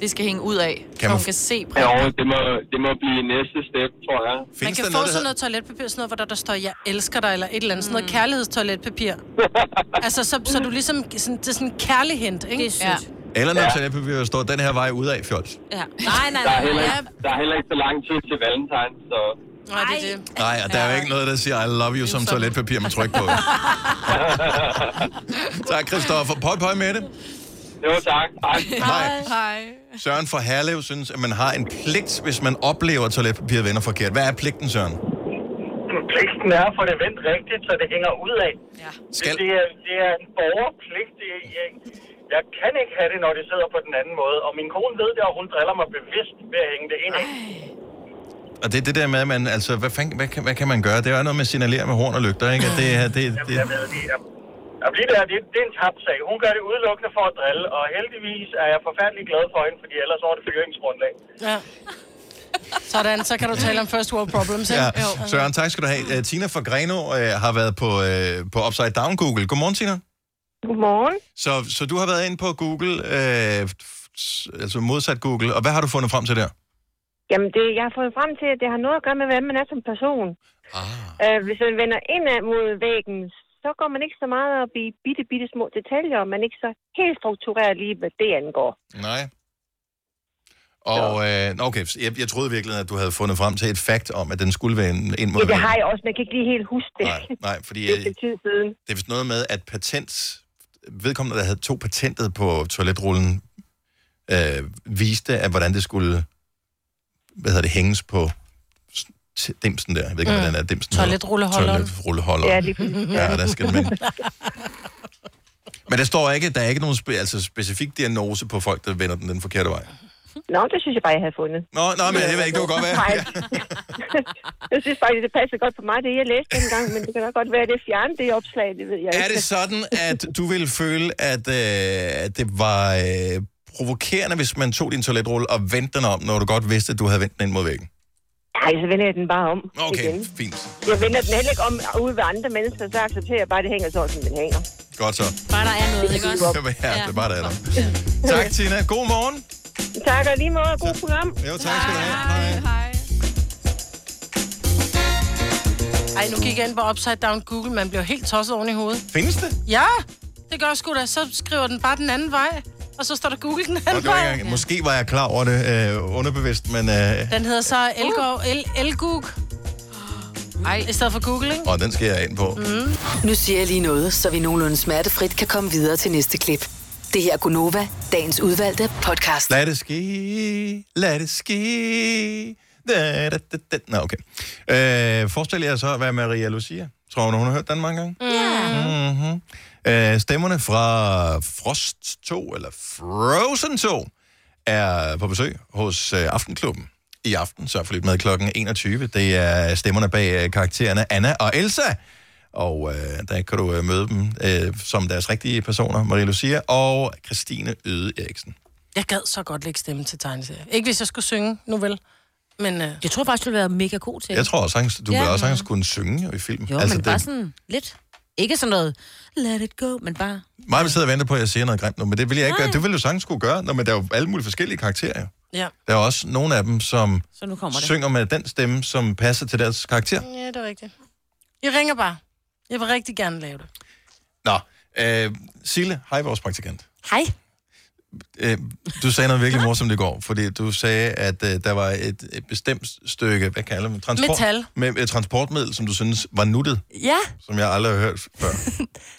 det skal hænge ud af, kan så hun kan se print.
Jo, det må, det må blive næste step, tror jeg.
Man kan få sådan noget toiletpapir, sådan noget, hvor der, der står, jeg elsker dig, eller et eller andet, sådan noget kærlighedstoiletpapir. altså, så, så du ligesom, sådan, det er sådan en kærlig hint, ikke? Det er sødt.
Eller når ja. toiletpapir står den her vej ud af, fjols.
Ja. ja. Nej, nej,
Der er
nej.
heller
nej.
ikke, der er heller ikke så lang tid til valentine, så...
Nej, det er det.
Nej, og der er jo ikke noget, der siger, I love you, som toiletpapir med tryk på. tak, Christoffer. Pøj, pøj med det.
Jo, tak.
Hej.
Hej.
Søren fra Herlev synes, at man har en pligt, hvis man oplever, at toiletpapiret vender forkert. Hvad er pligten, Søren?
Pligten er for det vendt rigtigt, så det hænger ud af. Ja. Det,
Skal-
det, er, det er en borgerpligt. Det er, jeg, Jeg kan ikke have det, når det sidder på den anden måde. Og min kone ved det, og hun driller mig bevidst ved at hænge det ind.
Og det er det der med, at man, altså, hvad, fanden, hvad, kan, hvad kan man gøre? Det er jo noget med at signalere med horn og lygter, ikke? At det, her, det,
Jamen,
det,
jeg ved det. Jamen, Jamen, lige der, det, det er en tabt sag. Hun gør det udelukkende for at drille, og heldigvis er jeg forfærdelig glad for hende, fordi ellers var det fyringsgrundlag.
Ja. Sådan, så kan du tale om first world problems, ikke?
ja. Søren, tak skal du have. Øh, Tina fra Greno øh, har været på, øh, på Upside Down Google. Godmorgen, Tina.
Godmorgen.
Så, så du har været inde på Google, øh, f- s- altså modsat Google, og hvad har du fundet frem til der?
Jamen, det, jeg har fået frem til, at det har noget at gøre med, hvem man er som person. Ah. Øh, hvis man vender indad mod væggen, så går man ikke så meget op i bitte, bitte små detaljer, og man er ikke så helt struktureret lige, hvad det angår.
Nej. Og øh, nå, okay, så jeg, jeg troede virkelig, at du havde fundet frem til et fakt om, at den skulle være ind, ind
Ja,
mod
det
væggen.
har jeg også. Man kan ikke lige helt huske det. Nej.
Nej, fordi
Det er
øh,
et tid siden.
det er vist noget med, at patent, vedkommende, der havde to patentet på toiletrullen, øh, viste, at hvordan det skulle, hvad hedder det, hænges på s- t- dimsen der. Jeg ved ikke, mm.
Mm.
hvordan er dimsen
Toiletrulleholderen.
Toiletrulleholderen.
Ja, lige præcis.
Ja, der skal man. Men der står ikke, der er ikke nogen spe, altså specifik diagnose på folk, der vender den den forkerte vej.
Nå, det synes jeg bare, jeg havde fundet.
Nå, nå, men det ved jeg ikke, det kunne godt være.
Nej. jeg synes faktisk, det passer godt på mig, det jeg læste dengang, men det kan da godt være, at det fjernede det opslag, det ved jeg
Er
ikke.
det sådan, at du ville føle, at, øh, at det var øh, provokerende, hvis man tog din toiletrulle og vendte den om, når du godt vidste, at du havde vendt den ind mod væggen?
Nej, så vender jeg den bare om
Okay,
igen.
fint.
Jeg vender den heller ikke om ude ved andre mennesker, så accepterer jeg bare, at det hænger sådan, som den hænger.
Godt så.
Bare der er noget, ikke også?
Ja, det er bare det, er der. Tak, Tina. God morgen.
Tak og lige måde, og god program.
Jo, tak skal du have. Hej.
Ej, nu gik jeg ind på Upside Down Google, man bliver helt tosset oven i hovedet.
Findes det?
Ja, det gør sgu da. Så skriver den bare den anden vej, og så står der Google den
Nå,
anden
det var ikke
vej.
engang, måske var jeg klar over det øh, underbevidst, men... Øh,
Den hedder så Elgov, El, Elgug. Ej. I stedet for Google, ikke?
og den skal jeg ind på.
Mm. Nu siger jeg lige noget, så vi nogenlunde smertefrit kan komme videre til næste klip. Det her er Gunova, dagens udvalgte podcast.
Lad det ske, lad det ske. Da, da, da, da. Nå, okay. Øh, forestil jer så at være Maria Lucia. Tror hun, hun har hørt den mange gange? Ja. Mm-hmm. Øh, stemmerne fra Frost 2, eller Frozen 2, er på besøg hos øh, Aftenklubben i aften. Sørg for lidt med klokken 21. Det er stemmerne bag øh, karaktererne Anna og Elsa. Og øh, der kan du øh, møde dem øh, som deres rigtige personer, Maria Lucia og Christine Yde Eriksen.
Jeg gad så godt lægge stemme til tegneserier. Ikke hvis jeg skulle synge, nu vel. Men øh,
Jeg tror faktisk, du ville være mega god til.
Jeg tror også, han, du
Ja.
ja. vil også sagtens kunne synge jo i film.
Jo, altså, men bare sådan lidt. Ikke sådan noget, let it go, men bare...
Mig vil sidde og vente på, at jeg siger noget grimt nu, men det vil jeg ikke gøre. Det vil du sagtens kunne gøre, når, men der er jo alle mulige forskellige karakterer. jo.
Ja.
Der er også nogle af dem, som
Så nu kommer det.
synger med den stemme, som passer til deres karakter.
ja, det er rigtigt. Jeg ringer bare. Jeg vil rigtig gerne lave det.
Nå, øh, Sille, hej vores praktikant.
Hej.
Øh, du sagde noget virkelig morsomt i går, fordi du sagde, at øh, der var et, et bestemt stykke, hvad kalder man
Metal.
Med, et transportmiddel, som du synes var nuttet,
Ja,
som jeg aldrig har hørt før.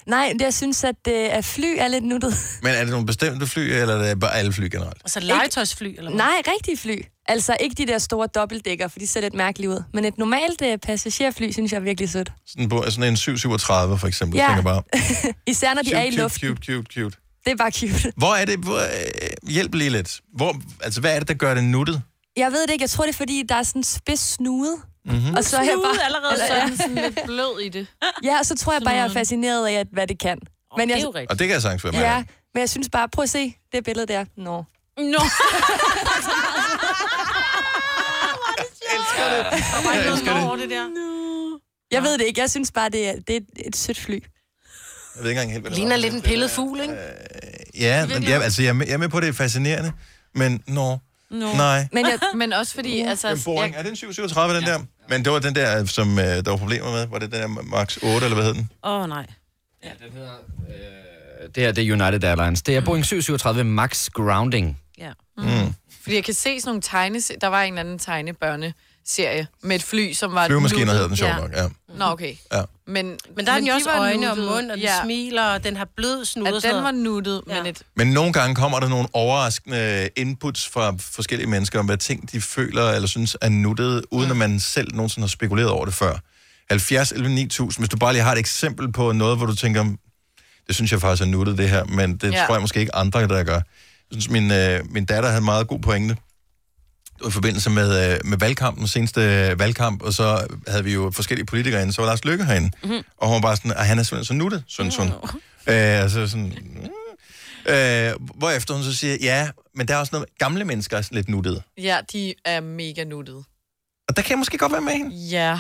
nej, jeg synes, at, øh, at fly er lidt nuttet.
Men er det nogle bestemte fly, eller er det bare alle fly generelt?
Altså legetøjsfly, eller
Nej, rigtige fly. Altså ikke de der store dobbeltdækker, for de ser lidt mærkelige ud. Men et normalt øh, passagerfly, synes jeg er virkelig sødt.
Sådan, på, sådan en 737 for eksempel, ja.
Ja.
tænker bare,
Især når de er i
cute,
luften.
cute, cute, cute.
Det er bare cute.
Hvor er det, hvor, øh, hjælp lige lidt. Hvor, altså, hvad er det, der gør det nuttet?
Jeg ved det ikke. Jeg tror, det er, fordi der er sådan en spids snude.
Mhm.
Og så er jeg bare...
allerede
eller-
sådan, sådan lidt blød i det.
Ja, og så tror jeg bare, jeg er
Sådan.
fascineret af, at, hvad det kan. Men jeg, det er jo
Og det kan jeg sagtens være med.
Ja, men jeg synes bare, prøv at se det billede der. Nå.
Nå.
Der var ikke noget over det der.
Jeg ved det ikke. Jeg synes bare, det er, det er et- et sødt fly.
Jeg ved ikke engang helt, hvad det
Ligner lidt en pillet fugl, ikke?
er. Ja, men, ja, altså, jeg er, med, jeg er med på, at det er fascinerende, men nå, no. nej.
Men,
jeg, men også fordi... Altså,
Den Boeing, er det en 737, den der? Men det var den der, som øh, der var problemer med. Var det den der Max 8, eller hvad hed den?
Åh, oh, nej.
Øh, Det her, det er United Airlines. Det er Boeing 737 Max Grounding.
Ja.
Mm. Mm.
Fordi jeg kan se sådan nogle tegne... Der var en eller anden tegnebørneserie med et fly, som var...
Flyvemaskiner
nuttet.
hedder den, sjov nok, ja.
Nå, okay.
Ja.
Men,
Men der er den jo
de
også
var
øjne og
nuttet.
mund, og den smiler, og den har blød snude.
At
og sådan
den var
noget.
nuttet, ja. men et...
Men nogle gange kommer der nogle overraskende inputs fra forskellige mennesker om, hvad ting de føler eller synes er nuttet, uden at man selv nogensinde har spekuleret over det før. 70 11 9000, hvis du bare lige har et eksempel på noget, hvor du tænker, det Det synes jeg faktisk er nuttet, det her, men det
Ja.
ja. tror jeg måske ikke andre, der gør. Jeg synes, min, øh, min datter havde en meget god pointe Det var i forbindelse med, øh, med valgkampen, seneste øh, valgkamp, og så havde vi jo forskellige politikere inde, så var Lars Lykke herinde.
Mhm.
Og hun var bare sådan, at han er simpelthen så nuttet, synes hun. Øh, altså sådan, mm. øh, hvorefter hun så siger, ja, men der er også noget, gamle mennesker er sådan lidt nuttede.
Ja, de er mega nuttede.
Og der kan jeg måske godt være med hende.
Ja.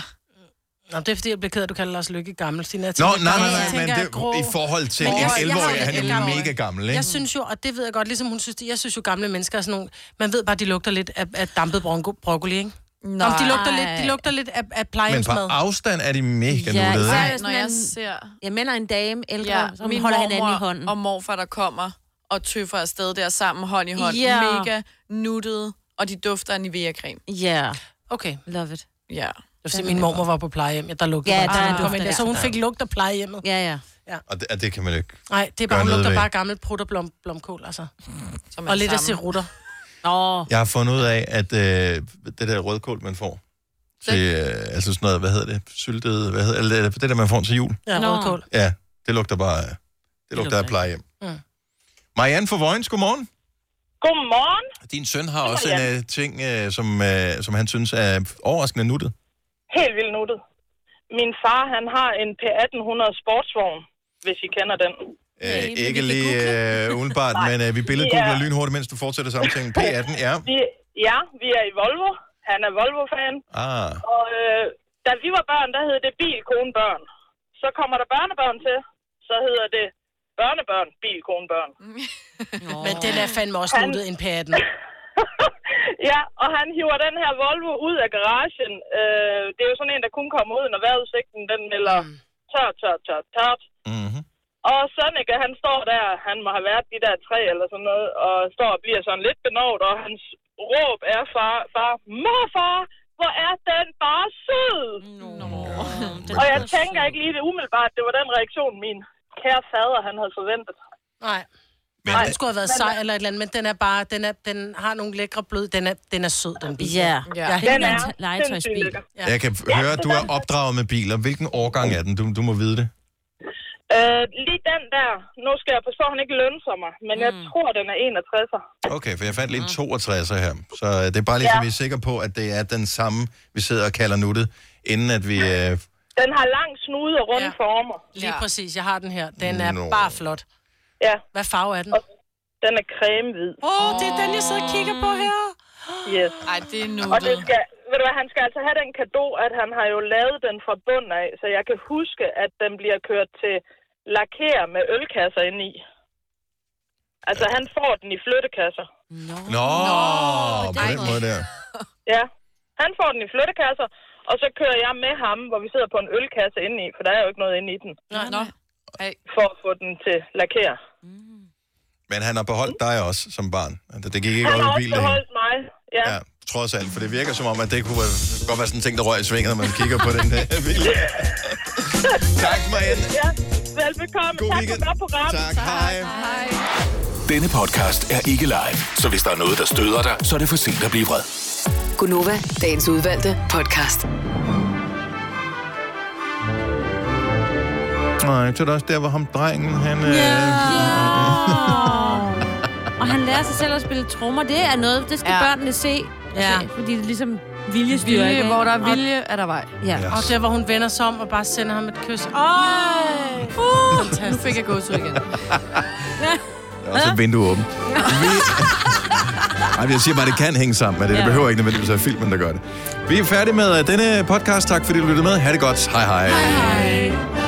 Nå, det er fordi, jeg bliver ked af, at du kalder Lars Lykke gammel. Sine, jeg
Nå,
tænker,
nej, nej,
gammel,
nej,
så
men
tænker jeg
det-
grå.
i forhold til
Men
en
jeg- jeg
11-årig,
har det
han er
lidt gammel.
mega gammel, ikke?
Jeg synes jo, og det ved jeg godt, ligesom hun synes, det, jeg synes jo, gamle mennesker er sådan nogle, man ved bare, de lugter lidt af, af dampet bronco, broccoli, ikke? Nej. Om de lugter lidt, de lugter lidt af, af
Men på
plejehjemsmad.
afstand er de mega
Ja,
nuttede,
især
ikke?
hvis man er en- Jeg mænd og en dame, ældre,
Ja,
ja, som
min
holder
mormor
hinanden i hånden.
og morfar, der kommer og tøffer afsted der sammen hånd i hånd.
Ja.
Mega nuttede, og de dufter af Nivea-creme.
Ja.
Okay.
Love it.
Ja.
Jeg vil min mormor var på plejehjem, ja, der lugtede
Ja,
ja,
der
bare
er
der,
en
der,
duft
der,
af
så hun
det.
fik lugt af plejehjemmet.
Ja, ja.
ja.
Og det, og det kan man jo ikke.
Nej, det er
Gør
bare, hun
noget
lugter
ved.
bare gammelt prut og blom, blomkål, altså.
Som
og lidt af
sammen.
serutter. Nå.
Jeg har fundet ud af, at øh, det der rødkål, man får til, øh, altså sådan noget, hvad hedder det, syltet, hvad hedder eller, eller det der, man får til jul.
Ja, Nå. rødkål.
Ja, det lugter bare, det, det
lugter
lugter af
ikke.
plejehjem.
Mm.
Marianne fra Vojens, godmorgen.
Godmorgen.
Din søn har også en øh, ting, øh, som, øh, som han synes er overraskende nuttet.
Helt vildt nuttet. Min far, han har en P1800 sportsvogn, hvis I kender den.
Øh, ikke lige øh, udenbart, men øh, vi billedgoogler
Ja.
lynhurtigt, mens du fortsætter samtalen. P18, ja.
Vi, ja, vi er i Volvo. Han er Volvo-fan.
Ah.
Og øh, da vi var børn, der hed det bil, kone, børn. Så kommer der børnebørn til, så hedder det børnebørn, bil, kone, børn.
Men den er fandme også
Han-
nuttet en P18.
Ja, og han hiver den her Volvo ud af garagen. Øh, det er jo sådan en, der kun kommer ud, når vejrudsigten den melder tørt, tørt, tørt, tørt. Mhm.
Mm-hmm.
Og Sonneke, han står der, han må have været de der tre eller sådan noget, og står og bliver sådan lidt benovet, og hans råb er far, far, morfar, hvor er den bare sød! No. Og jeg tænker ikke lige det umiddelbart, det var den reaktion, min kære fader, han havde forventet.
Nej.
Men,
Nej, den skulle have været
Men-
sej eller et eller andet, men den er bare, den, er, den har nogle lækre blød, den er, den er sød, den bil.
Ja. Ja.
Jeg er
Den
helt
er
vildt.
legetøjsbil. sindssygt lækker.
Ja.
Jeg kan f- høre, at du er opdraget med biler. Hvilken
Oh.
årgang er den? Du, du må vide det.
Øh, lige den der, nu skal jeg passe på, at han ikke lønser mig, men jeg
Mm.
tror, den er 61'er.
Okay, for jeg fandt lige en 62 her. Så øh, det er bare lige, så
Mm. Ja.
vi er sikre på, at det er den samme, vi sidder og kalder nuttet, inden at vi... Øh,
Den har lang snude og runde ja. former.
Lige præcis, jeg har den her. Den er
Nå.
bare flot.
Ja.
Hvad farve er den?
Den er cremehvid.
Åh, oh, det er den, jeg sidder og kigger på her.
Yes.
Ej, det er
Og det
nuttet.
skal, ved du hvad, han skal altså have den kado, at han har jo lavet den fra bunden af, så jeg kan huske, at den bliver kørt til laker med ølkasser indeni. Altså, han får den i flyttekasser.
Nå, på den måde der.
Ja, han får den i flyttekasser, og så kører jeg med ham, hvor vi sidder på en ølkasse indeni, for der er jo ikke noget inde i den.
Nej,
nej.
For at få den til laker.
Men han har beholdt dig også som barn. Altså, Det gik ikke
Han
op
har
i
også
bilen.
beholdt mig. Ja.
Ja, trods alt, for det virker som om, at det kunne være- godt være sådan en ting, der røg i svinget, når man kigger på den der bil. tak, Marianne.
ja. Velbekomme. God tak for godt program. Tak,
hej.
hej.
Denne podcast er ikke live, så hvis der er noget, der støder dig, så er det for sent at blive vred.
Gunova, dagens udvalgte podcast.
Nej, så er det også der, hvor ham drengen, han... Øh,
Og han lærer sig selv at spille trommer. Det er noget, det skal ja. børnene se.
Ja.
Se, Fordi det er ligesom viljestyre.
Vilje,
ikke?
hvor der er
Og-
vilje,
er der vej.
Ja.
Og der, hvor hun vender sig om og bare sender ham et kys. Åh, oh, fantastisk. Nu fik jeg gås ud igen.
Der er også et vindue åbent. Vi... Ej, jeg siger bare, det kan hænge sammen med det. Det behøver ikke nødvendigvis at være filmen, der gør det. Vi er færdige med øh, denne podcast. Tak fordi du lyttede med. Ha' det godt. Hej hej. hej, hej.
Hej.